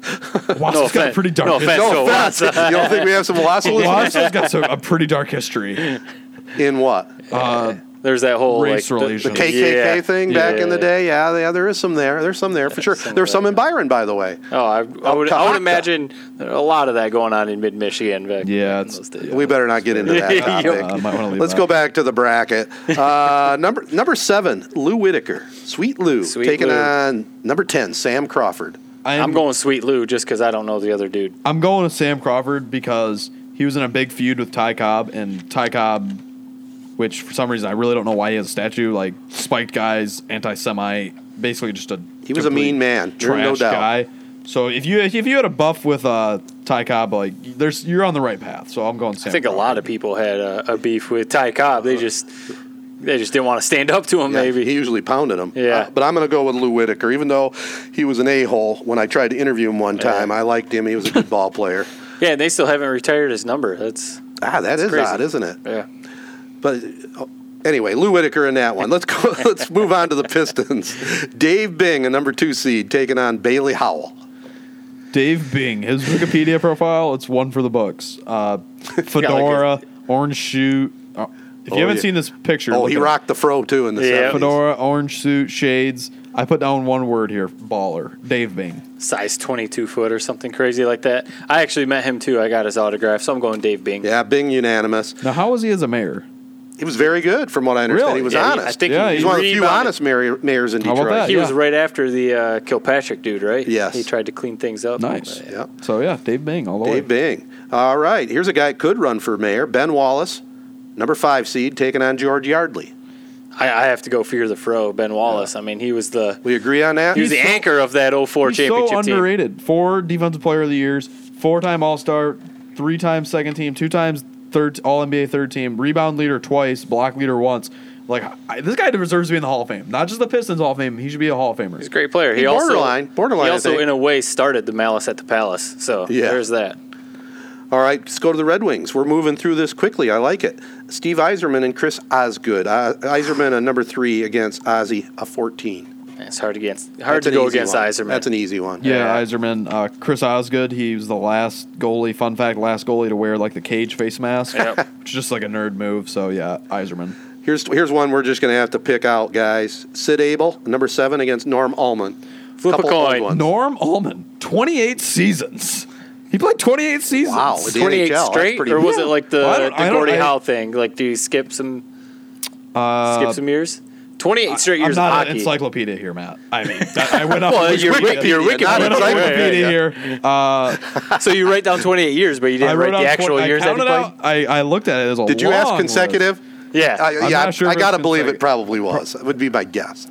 Owasso's got a offense- pretty dark. no history. offense. No So offense. you don't think we have some Wassel Owasso's got some, a pretty dark history. in what? Uh, There's that whole Race like, the- relations. The KKK Yeah. thing back in the Yeah. day? Yeah, yeah, there is some there. There's some there for sure. some There's of some that, in Byron, by the way. Oh, I, I would I Kahaka. would imagine a lot of that going on in mid Michigan. back Yeah, in it's- those days. We better not get into that Yeah. topic. uh, might want to leave. Let's that. go back to the bracket. Uh, number number seven, Lou Whitaker, Sweet Lou, Sweet taking Lou. on number ten, Sam Crawford. I'm, I'm going Sweet Lou just because I don't know the other dude. I'm going with Sam Crawford because he was in a big feud with Ty Cobb, and Ty Cobb, which for some reason I really don't know why he has a statue, like spiked guys, anti Semite, basically just a He was a complete mean man, there- trash no doubt. guy. So if you if you had a buff with uh, Ty Cobb, like there's you're on the right path. So I'm going. Sam I think a lot of people had a, a beef with Ty Uh, Cobb. They just they just didn't want to stand up to him. Yeah, maybe he usually pounded him. Uh, Yeah. but I'm going to go with Lou Whitaker, even though he was an a hole when I tried to interview him one time. I liked him; he was a good ball player. Yeah, and they still haven't retired his number. That's Ah, that is crazy. odd, isn't it? yeah. But oh, anyway, Lou Whitaker in that one. Let's go. let's move on to the Pistons. Dave Bing, a number two seed, taking on Bailey Howell. Dave Bing, his Wikipedia profile, it's one for the books. Uh, fedora, orange shoe, uh, If Oh, you haven't yeah. seen this picture, Oh, look he it up. rocked the fro too in the Yeah. 70s. fedora, orange suit, shades. I put down one word here: baller. Dave Bing. size 22 foot or something crazy like that. I actually met him too. I got his autograph, so I'm going Dave Bing. Yeah, being unanimous. Now, how was he as a mayor? He was very good, from what I understand. Really? He was Yeah, he- I honest. think Yeah, he, He's one of the few rebounded. honest mayor, mayors in How Detroit. about that? He was Yeah. right after the uh, Kilpatrick dude, right? Yes. He tried to clean things up. Nice. But, yeah. Yep. So yeah, Dave Bing all the Dave way. Bing. All right. Here's a guy that could run for mayor Ben Wallace, number five seed, taking on George Yardley. I, I have to go fear the fro, Ben Wallace. I mean, he was the We agree on that? he was the anchor of that 04 He's championship so team. underrated. Four defensive player of the years, four-time All-Star, three-time second team, two times third All-NBA third team, rebound leader twice, block leader once. Like I, this guy deserves to be in the Hall of Fame, not just the Pistons Hall of Fame. He should be a Hall of Famer. He's a great player. He Borderline- also borderline, He I also, think. in a way, started the malice at the palace. So Yeah. there's that. All right, let's go to the Red Wings. We're moving through this quickly. I like it. Steve Eiserman and Chris Osgood. Uh, Eiserman a number three against Ozzy a fourteen. Man, It's hard against hard That's to an go easy against one. Iserman. That's an e- easy one. Yeah, Iserman. Uh, Chris Osgood, he was the last goalie, fun fact, last goalie to wear like the cage face mask, Yep. which is just like a nerd move. So, yeah, Iserman. Here's here's one we're just gonna have to pick out, guys. Sid Abel, number seven against Norm Allman. Flip a Couple old coin. ones. Norm Allman, 28 seasons. He played 28 seasons. Wow, with the 28 NHL, that's straight, pretty- or was it like the, Well, I don't- I the don't- Gordie I- Howe thing? Like, do you skip some Uh, skip some years? 28 straight I'm years not of an hockey. encyclopedia here, Matt. I mean, that, I went off Well, of your Wikipedia. Wiki- your Wikipedia, I not went off of encyclopedia. Wikipedia here. Uh, so you write down 28 years, but you I didn't wrote write out the actual twen- I years that he counted played. out- I, I looked at it as a Did you ask long consecutive? Yeah. I, yeah, not sure I if gotta it's believe it consecutive. probably was. It would be my guess.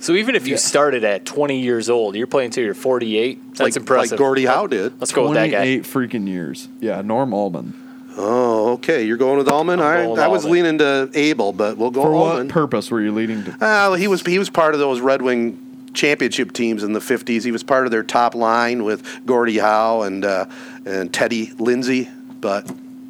so even if you started at 20 years old, you're playing till you're 48. That's like, impressive. Like Gordie Howe did. Let's go List. with that guy. 28 freaking years. Yeah, Norm Allman. Oh, okay. You're going with Allman. I, going with I was Allman. leaning to Abel, but we'll go For Allman. what purpose were you leading to? Uh, he was he was part of those Red Wing championship teams in the '50s. He was part of their top line with Gordie Howe and uh, and Teddy Lindsay. But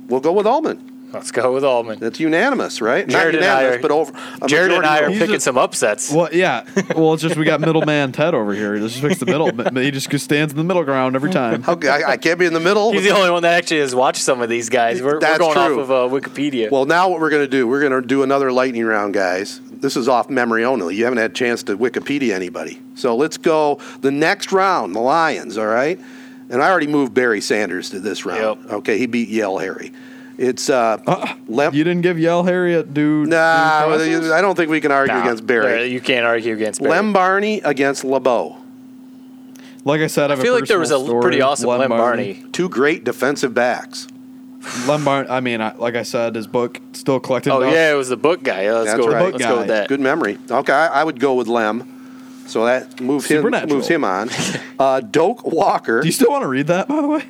we'll go with Allman. Let's go with Allman. That's unanimous, right? Jared Not and I unanimous, are- but over. a Jared and majority I are vote. He's picking a- some upsets. Well, yeah. Well, it's just we got middleman Ted over here. He just picks the middle. but he just stands in the middle ground every time. Okay, I, I can't be in the middle. He's the only one that actually has watched some of these guys. We're, we're That's going true. off of uh, Wikipedia. Well, now what we're going to do, we're going to do another lightning round, guys. This is off memory only. You haven't had a chance to Wikipedia anybody. So let's go the next round, the Lions, all right? And I already moved Barry Sanders to this round. Yep. Okay, he beat Yale Harry. It's uh, Lem- You didn't give Yell Harriet dude. Nah, due process? I don't think we can argue Nah, against Barry. You can't argue against Barry. Lem Barney against LeBeau. Like I said, I, I have feel like there was a personal story pretty with awesome Lem Barney. Two great defensive backs. Lem Barney. I mean, I, like I said, his book still collected. Oh dust. yeah, it was the book guy. Yeah, Let's That's go. With, right. Let's go with Book guy. that. Good memory. Okay, I, I would go with Lem. So that moves him Supernatural. moves him on. Uh, Doak Walker. Do you still want to read that? By the way,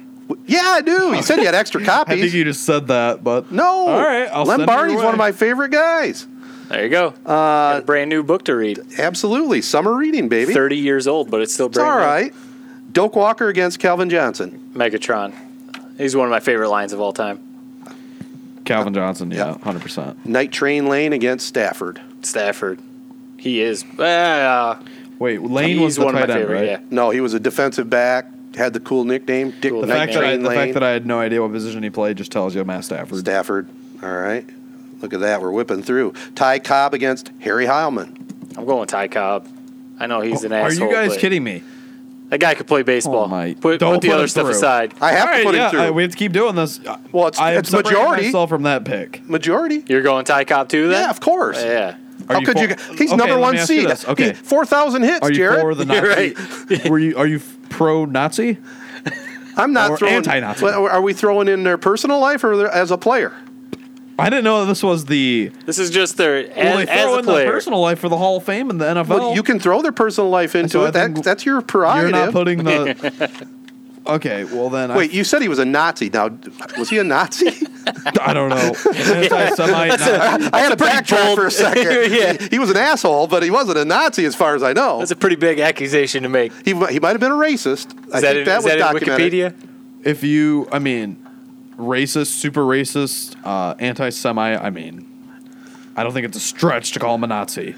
Yeah, I do. You said you had extra I think copies. you just said that, but no. All right, I'll Lem send it your Barney's way. one of my favorite guys. There you Uh, go. Got a brand new book to read. Absolutely. Summer reading, baby. Thirty years old, but it's still it's brand all new. right. Doak Walker against Calvin Johnson. Megatron. He's one of my favorite lines of all time. Calvin Johnson. Yeah, hundred percent. Night Train Lane against Stafford. Stafford. He is. Ah, Wait, Lane was he's the one of my tight end, favorite. right? Yeah. No, he was a defensive back. Had the cool nickname, Dick Cool The Night fact, that I, Train the Lane. fact that I had no idea what position he played just tells you Matt Stafford. Stafford. All right. Look at that. We're whipping through. Ty Cobb against Harry Heilman. I'm going with Ty Cobb. I know he's an Are asshole. you guys but kidding me? That guy could play baseball. Oh, my- Put, Don't put the put other him stuff through. aside. I have All to right, put yeah, him through. Uh, I- we have to keep doing this. Well, it's- I am it's separating majority. myself from that pick. Majority. You're going Ty Cobb too, then? Oh, Yeah, of course. Yeah. Are How could for- uh, you? He's Okay, number let one me ask you seed. this. Okay, Four thousand hits, are you Jared. for the Nazi? You're Were you? Are you pro Nazi? I'm not Or throwing anti-Nazi. What- Are we throwing in their personal life or their, as a player? I didn't know this was the This is just their well, they as, throw as a in the player. personal life for the Hall of Fame and the NFL. Well, you can throw their personal life into So I it. That, think that's your You're prerogative. not putting the. okay, well then. Wait, you said he was a Nazi. Now, was he a Nazi? I, I don't know. Anti-Semite. Nazi. I had to backtrack for a second. Yeah. he, he was an asshole, but he wasn't a Nazi, as far as I know. That's a pretty big accusation to make. Is he, mi- he might have been a racist. I that, think in, that was is that in documented. Wikipedia? If you, I mean, racist, super racist, uh, anti-Semite. I mean, I don't think it's a stretch to call him a Nazi.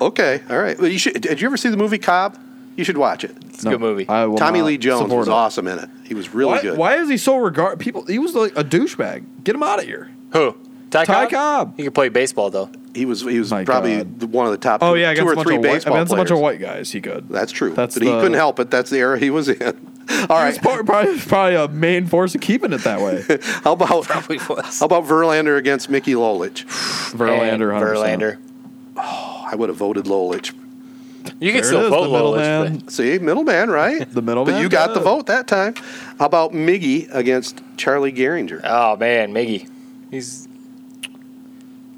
Okay, all right. Well, you should, did you ever see the movie Cobb? You should watch it. It's a good movie. I will Tommy not Lee Jones support was it. awesome in it. He was really Why, good. why is he so regard? People, he was like a douchebag. Get him out of here. Who? Ty, Ty Cobb. He could play baseball though. He was he was My probably God. the- one of the top Oh yeah, against two a or bunch three of white, I mean, baseball against a bunch of players. whites. guys. He could. That's true. That's but he the- couldn't help it. That's the era he was in. All He's right. par- probably probably a main force of keeping it that way. How about how was. about Verlander against Mickey Lolich? Verlander, 100%. Verlander. I would have voted Lolich. There You can it still is, vote the Lolich. middleman. but- See, middleman, right? The middleman But you got the does. vote that time. How about Miggy against Charlie Gehringer? Oh man, Miggy. He's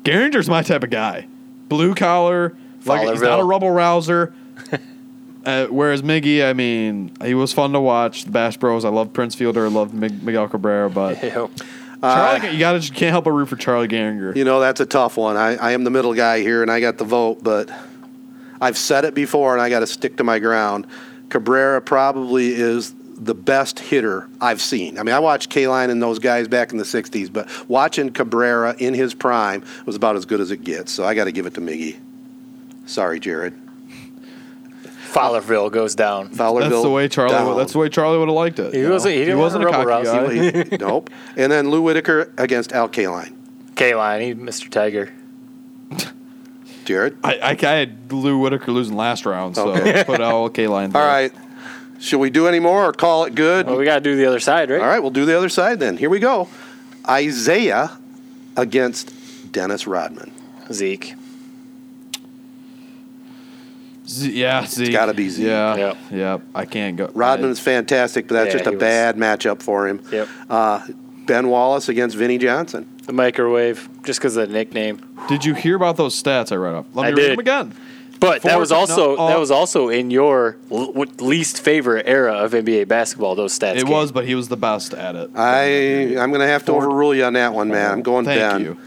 Geringer's my type of guy. Blue collar. Like, he's not a Fowlerville. rubble rouser. uh, whereas Miggy, I mean, he was fun to watch. The Bash Bros. I love Prince Fielder. I loved Mig- Miguel Cabrera, but ew. Uh, Charlie, you gotta you can't help but root for Charlie Geringer. You know, that's a tough one. I, I am the middle guy here, and I got the vote, but I've said it before, and I got to stick to my ground. Cabrera probably is the best hitter I've seen. I mean, I watched Kaline and those guys back in the 60s, but watching Cabrera in his prime was about as good as it gets, so I got to give it to Miggy. Sorry, Jared. Fowlerville goes down. Fowlerville. That's the way Charlie. down. That's the way Charlie would have liked it. He you know? wasn't- he didn't wasn't a want a cocky rubble guy. rouse. He- nope. And then Lou Whitaker against Al Kaline. K line, he's Mr. Tiger. Jared. I, I, I had Lou Whitaker losing last round, so Okay. put all K line. All right. Should we do any more or call it good? Well, we gotta do the other side, right? All right, we'll do the other side then. Here we go. Isaiah against Dennis Rodman. Zeke. Z- yeah, Zeke. gotta be Zeke. Yeah, Yep. yep. I can't go. Rodman's fantastic, but that's Yeah, just a he was- bad matchup for him. Yep. Uh, ben Wallace against Vinnie Johnson. The microwave, just because of the nickname. I- Did you hear about those stats I read up? Let me I read did. them again. But Four- that was no, also all- that was also in your l- w- least favorite era of NBA basketball. Those stats. it came. was, but he was the best at it. I I'm gonna have to Ford- overrule you on that one, man. I'm going Thank Ben. you. Uh,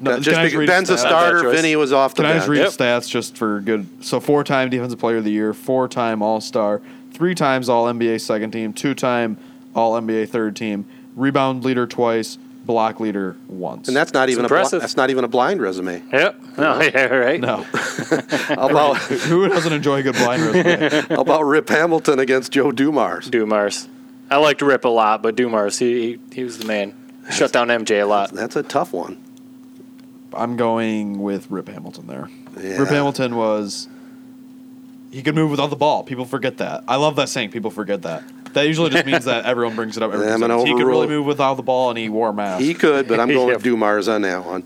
No, just can I just because read Ben's his a stats? Bad starter, choice. Vinny was off the Can I just bench. read Yep. stats just for good? So four time defensive player of the year, four time All Star, three times All NBA second team, two time All NBA third team, rebound leader twice, block leader once. And that's not even a bl- impressive. that's not even a blind resume. Yep. No, Oh, yeah, right. no. How about Who doesn't enjoy a good blind resume? how about Rip Hamilton against Joe Dumars? Dumars. I liked Rip a lot, but Dumars, he he, he was the man. Shut down MJ a lot. That's a tough one. I'm going with Rip Hamilton there. Yeah. Rip Hamilton was he could move without the ball. People forget that. I love that saying. People forget that. That usually just means that everyone brings it up. every Yeah, I'm time. gonna he could really overrule- move without the ball, and he wore a mask. He could, but I'm going with Yeah. Dumars on that one.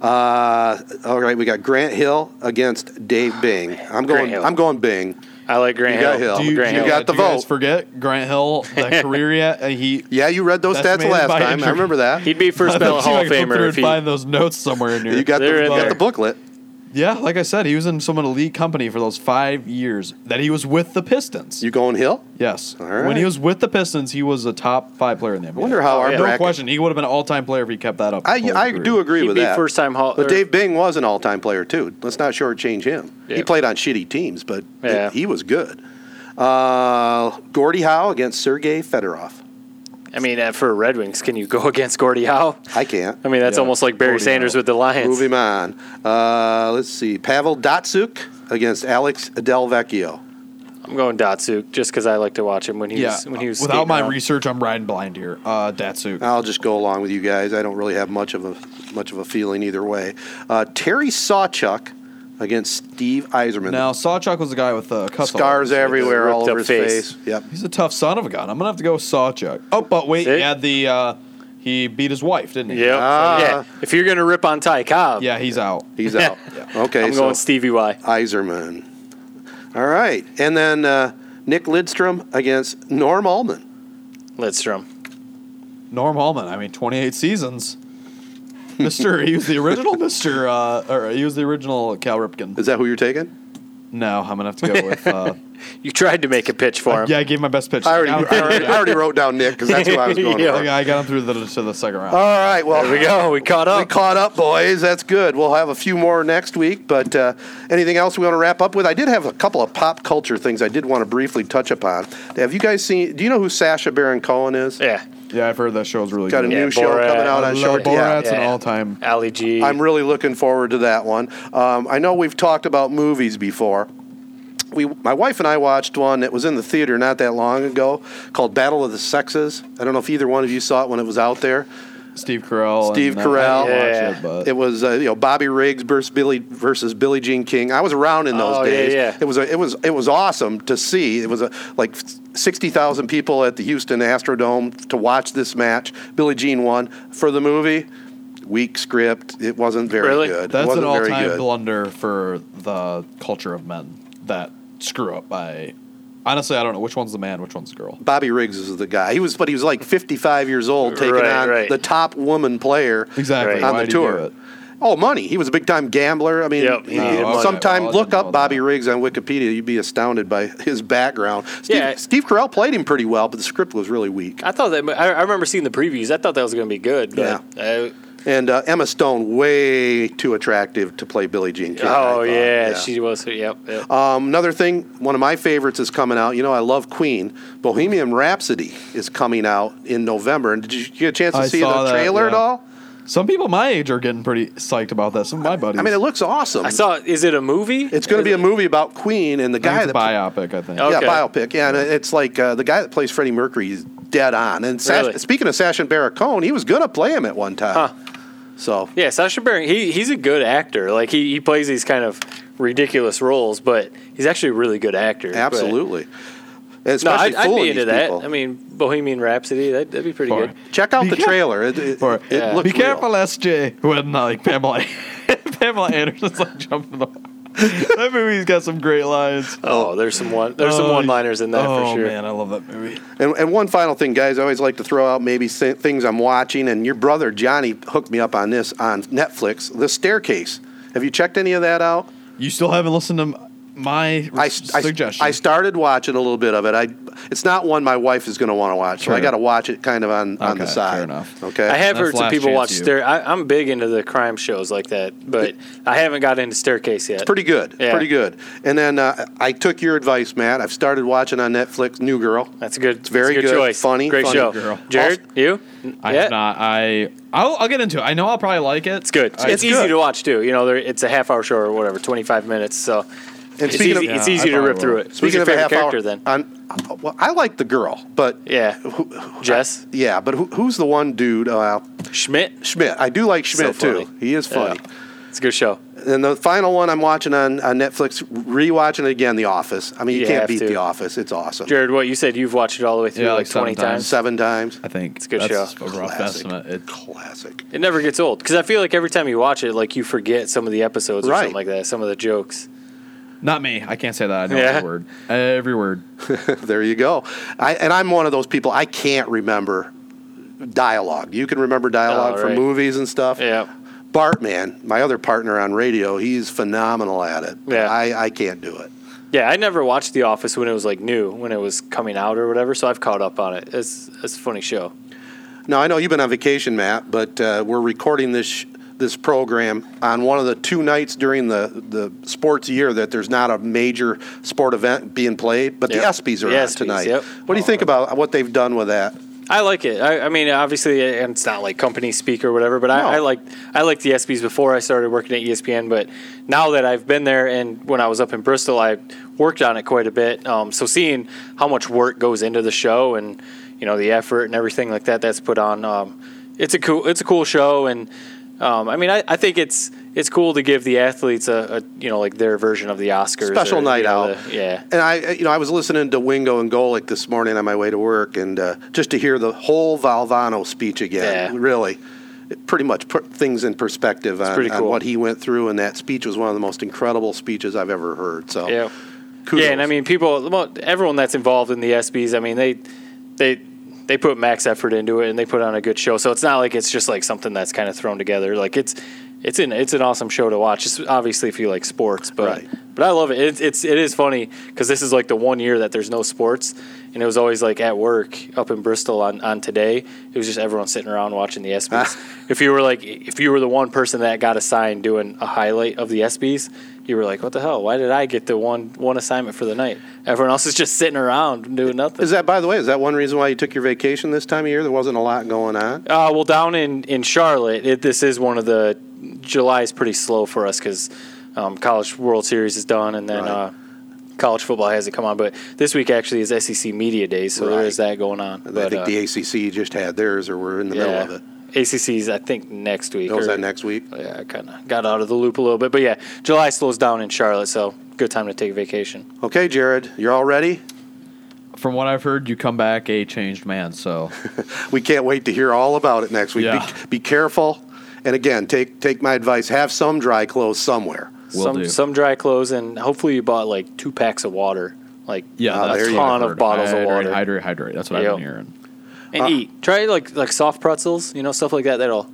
Uh, all right, we got Grant Hill against Dave Bing. I'm going. Ah, Hill. I'm going Bing. I like Grant You got Hill. Hill. do you, Grant do you Hill. got the do you guys vote. forget Grant Hill that career yet? Uh, He Yeah, you read those That's stats made last by time. I injury. remember that. He'd be first I'll ballot see if I Hall of can flip through Famer if and he. find those notes somewhere in here. You got the, They're in you got there. the booklet. yeah, like I said, he was in some elite company for those five years that he was with the Pistons. You going Hill? yes, All right. when he was with the Pistons, he was a top five player in the NBA. I wonder Oh, how our no bracket- question, he would have been an all-time player if he kept that up. I his whole I career. do agree He'd with be that. first time Hall. But or- Dave Bing was an all-time player too. Let's not shortchange him. He Yeah. played on shitty teams, but he- Yeah. he, was good. Uh, Gordie Howe against Sergei Fedorov. I mean, uh, for Red Wings, can you go against Gordie Howe? I can't. I mean, that's Yeah. almost like Barry Gordie Sanders Howe. with the Lions. Move him on. Uh, let's see. Pavel Datsuk against Alex Delvecchio. I'm going Datsuk just because I like to watch him when he Yeah, was when he was without skating my around. research, I'm riding blind here. Uh, Datsuk. I'll just go along with you guys. I don't really have much of a much of a feeling either way. Uh, Terry Sawchuk against Steve Eiserman. now, Sawchuck was the guy with uh, the cuts all Scars over his face. everywhere, ripped all over up his face. face. Yep. He's a tough son of a gun. I'm gonna have to go with Sawchuck. Oh, but wait, See? yeah, the uh, he beat his wife, didn't he? Yep. Ah. yeah. If you're gonna rip on Ty Cobb, Yeah, he's out. He's out. Oh. Okay, I'm so going Stevie Y. Eiserman. All right, and then uh, Nick Lidstrom against Norm Allman. Lidstrom. Norm Hallman. I mean, 28 seasons. Mister, he was the original Mister, uh, or he was the original Cal Ripken. Is that who you're taking? No, I'm gonna have to go with. Uh, You tried to make a pitch for him. yeah, I gave my best pitch. I already, I, I already, I already wrote down Nick because that's who I was going. Yeah. with. I got him through the, to the second round. All right, well There we go. We caught We up. caught up, boys. That's good. We'll have a few more next week. But uh, anything else we want to wrap up with? I did have a couple of pop culture things I did want to briefly touch upon. Have you guys seen? Do you know who Sasha Baron Cohen is? yeah. yeah, I've heard that show's really Got a good. new Yeah, show Borat. coming out I on love Showtime. Yeah. Borat. That's an all-time- Ali G. I'm really looking forward to that one. Um, I know we've talked about movies before. We, my wife and I watched one that was in the theater not that long ago called Battle of the Sexes. I don't know if either one of you saw it when it was out there. Steve Carell. and Steve that- I didn't Carell. watch Yeah. it, but- It was uh, you know Bobby Riggs versus Billy versus Billie Jean King. I was around in those Oh, yeah, days. yeah. It was a, it was it was awesome to see. It was a, like sixty thousand people at the Houston Astrodome to watch this match. Billie Jean won for the movie. Weak script. It wasn't very Really? good. it That's an wasn't very all-time good. blunder for the culture of men. That screw up by. Honestly, I don't know which one's the man, which one's the girl. Bobby Riggs is the guy. He was, but he was like fifty-five years old, taking Right, on right. the top woman player. Exactly. Right. on Why'd the he do tour. it? Oh, money. He was a big time gambler. I mean, Yep. he- No, he- okay. sometime Well, I look didn't up know Bobby that. Riggs on Wikipedia. You'd be astounded by his background. Steve, Yeah. Steve Carell played him pretty well, but the script was really weak. I thought that. I, I remember seeing the previews. I thought that was going to be good. But I- And uh, Emma Stone, way too attractive to play Billie Jean King. I oh thought. yeah, she was. Yep. yep. Um, another thing, one of my favorites is coming out. You know, I love Queen. Bohemian Rhapsody is coming out in November. And did you get a chance to I see saw the that, trailer at yeah. all? Some people my age are getting pretty psyched about that. Some of my buddies. I mean, it looks awesome. I saw. Is it a movie? it's going to be a movie about Queen and the I think guy it's that a biopic. I think. Oh. Okay. Yeah, biopic. Yeah, and it's like uh, the guy that plays Freddie Mercury is dead on. And Sash, Really? speaking of Sash and Baron Cohen, he was going to play him at one time. So Yeah, Sasha Baron. He he's a good actor. Like he, he plays these kind of ridiculous roles, but he's actually a really good actor. but- absolutely, And No, especially I'd, I'd fooling be into these that. people. I mean, Bohemian Rhapsody. That, that'd be pretty Far. good. check out the trailer. It, it, Or- it Yeah. looks Be careful, real. SJ. When like Pamela, Pamela Anderson's like jumping the. that movie's got some great lines. Oh, there's some one. There's some Oh, one-liners in that oh for sure. man, I love that movie. And, and one final thing, guys. I always like to throw out maybe si- things I'm watching. And your brother Johnny hooked me up on this on Netflix, The Staircase. Have you checked any of that out? You still haven't listened to m- my I, I, suggestion. I started watching a little bit of it. I it's not one my wife is going to want to watch, so I Sure. got to watch it kind of on, on the Okay, side. fair enough. Okay. I have That's heard some last people chance watch you. stair. I, I'm big into the crime shows like that, but I haven't got into Staircase yet. pretty good. Yeah. Pretty good. And then uh, I took your advice, Matt. I've started watching on Netflix New Girl. That's a good. It's very that's a good, good, choice. funny, Great funny show. girl. Jared, you? I Yeah? have not. I I'll, I'll get into it. I know I'll probably like it. It's good. I- it's easy to watch too. You know, there, it's a half hour show or whatever, 25 minutes. So And it's speaking easy, of it's Yeah, easy I to probably rip through will. it. Who's speaking your of a favorite half character hour, then? on- well, I like the girl, but Yeah. Jess yeah, but who, who's the one dude? Uh, Schmidt. Schmidt. I do like Schmidt funny. too. He is funny. Yeah. It's a good show. And the final one I'm watching on, on Netflix, rewatching it again, The Office. I mean, you, You can't have beat to. The Office. It's awesome. Jared, what you said? You've watched it all the way through Yeah, like, like seven 20 times. times. Seven times. I think it's a good that's show. A rough Classic. estimate. It, Classic. It never gets old because I feel like every time you watch it, like you forget some of the episodes or Right. something like that, some of the jokes. not me. I can't say that. I know Yeah. every word. Every word. there you go. I, and I'm one of those people. I can't remember dialogue. You can remember dialogue Oh, from right. movies and stuff. Yeah. Bartman, my other partner on radio, he's phenomenal at it. Yeah. I, I can't do it. Yeah, I never watched The Office when it was like new, when it was coming out or whatever. So I've caught up on it. It's it's a funny show. Now I know you've been on vacation, Matt, but uh, we're recording this sh- this program on one of the two nights during the the sports year that there's not a major sport event being played, but Yep. the ESPYS are The on ESPYS, tonight. yep. Oh. What do you think about what they've done with that? I like it. I, I mean, obviously, and it's not like company speak or whatever, but No. I, I like I liked the ESPYS before I started working at E ESPN. But now that I've been there, and when I was up in Bristol, I worked on it quite a bit. Um, so seeing how much work goes into the show, and you know the effort and everything like that that's put on, um, it's a cool it's a cool show, and um, I mean, I, I think it's it's cool to give the athletes a, a you know like their version of the Oscars Special or, you night know, out. the- yeah. And I, you know, I was listening to Wingo and Golick this morning on my way to work, and uh, just to hear the whole Valvano speech again, Yeah. really, it pretty much put things in perspective on, pretty on cool. what he went through. And that speech was one of the most incredible speeches I've ever heard. So, Yeah. kudos. Yeah, and I mean, people, well, everyone that's involved in the ESPYS, I mean, they, they, they put max effort into it, and they put on a good show. So it's not like it's just like something that's kind of thrown together. Like it's, it's an it's an awesome show to watch. It's obviously if you like sports, but Right. but I love it. It's it's it is funny because this is like the one year that there's no sports, and it was always like at work up in Bristol on on today. It was just everyone sitting around watching the ESPYS. if you were like if you were the one person that got assigned doing a highlight of the ESPYS, you were like, what the hell? Why did I get the one one assignment for the night? Everyone else is just sitting around doing nothing. Is that, by the way, is that one reason why you took your vacation this time of year? There wasn't a lot going on. Uh, well, down in in Charlotte, it, this is one of the July is pretty slow for us because um, college World Series is done, and then Right. uh, college football hasn't come on. But this week actually is SEC media day, so Right. there is that going on. I But, think uh, the ACC just had theirs, or we're in the middle yeah. of it. ACC's I think next week. Oh, is or- that next week? Yeah, I kind of got out of the loop a little bit, but yeah, July slows down in Charlotte, so good time to take a vacation. Okay, Jared, you're all ready. From what I've heard, you come back a changed man. So We can't wait to hear all about it next week. Yeah. Be, be careful, and again, take take my advice. Have some dry clothes somewhere. Will some do. some dry clothes, and hopefully you bought like two packs of water, like yeah, Ah, that's there you what I've go. Ton of heard. bottles of hydrate, water. Hydrate, hydrate. That's what Yep. I've been hearing. Uh, and eat. Try like like soft pretzels, you know, stuff like that that'll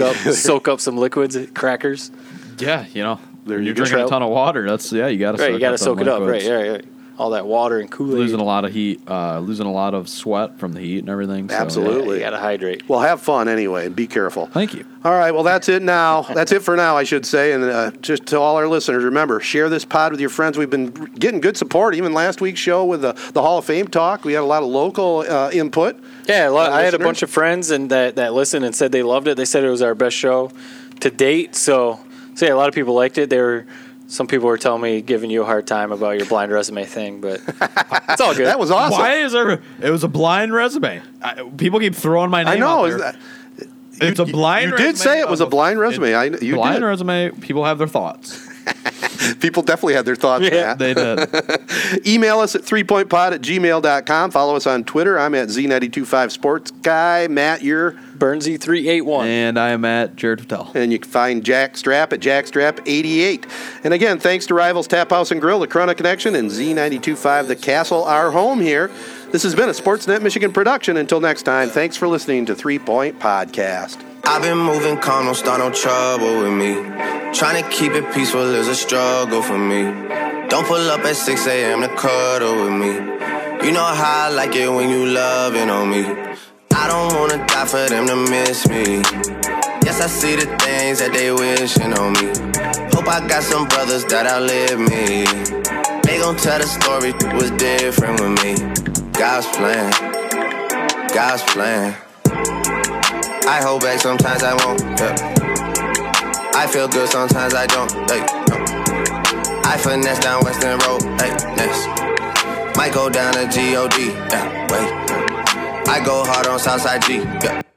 up soak up some liquids, crackers. Yeah, you know, There you you're go. drinking Trout. a ton of water. That's yeah, you got to Right, you got to soak it up. Right, liquids. right, right. All that water and Kool Aid. Losing a lot of heat, uh, losing a lot of sweat from the heat and everything. so, yeah. Absolutely. You got to hydrate. Well, have fun anyway. and Be careful. Thank you. All right. Well, that's it now. That's it for now, I should say. And uh, just to all our listeners, remember, share this pod with your friends. We've been getting good support. Even last week's show with the, the Hall of Fame talk, we had a lot of local uh, input. Yeah, a lot, Our I had a listeners? bunch of friends and that that listened and said they loved it. They said it was our best show to date. So, so yeah, a lot of people liked it. They were some people were telling me giving you a hard time about your blind resume thing, but it's all good. That was awesome. Why is there? It was a blind resume. I, people keep throwing my name. I know. out Is there. that, it's a blind. you did resume say it was of a blind resume. I you blind did. resume. People have their thoughts. People definitely had their thoughts. Yeah, Matt. They did. Email us at 3pointpod at gmail.com. Follow us on Twitter. I'm at Z925 Sports Guy. Matt, you're. Burnsy three eight one. and I am at Jared Patel. And you can find Jack Strap at Jackstrap88. And again, thanks to Rivals Tap House and Grill, the Corona Connection, and Z925 The Castle, our home here. This has been a Sportsnet Michigan production. Until next time, thanks for listening to Three Point Podcast. I've been moving calm, don't start no trouble with me. Trying to keep it peaceful is a struggle for me. Don't pull up at 6 a.m. to cuddle with me. You know how I like it when you loving on me. I don't wanna die for them to miss me. Yes, I see the things that they wishing on me. Hope I got some brothers that outlive me. They gon' tell the story was different with me. God's plan, God's plan. I hold back sometimes I won't. Yeah. I feel good sometimes I don't. Hey, no. I finesse down Western Road. Hey, next. Might go down to God. Yeah, wait. I go hard on Southside G. Yeah.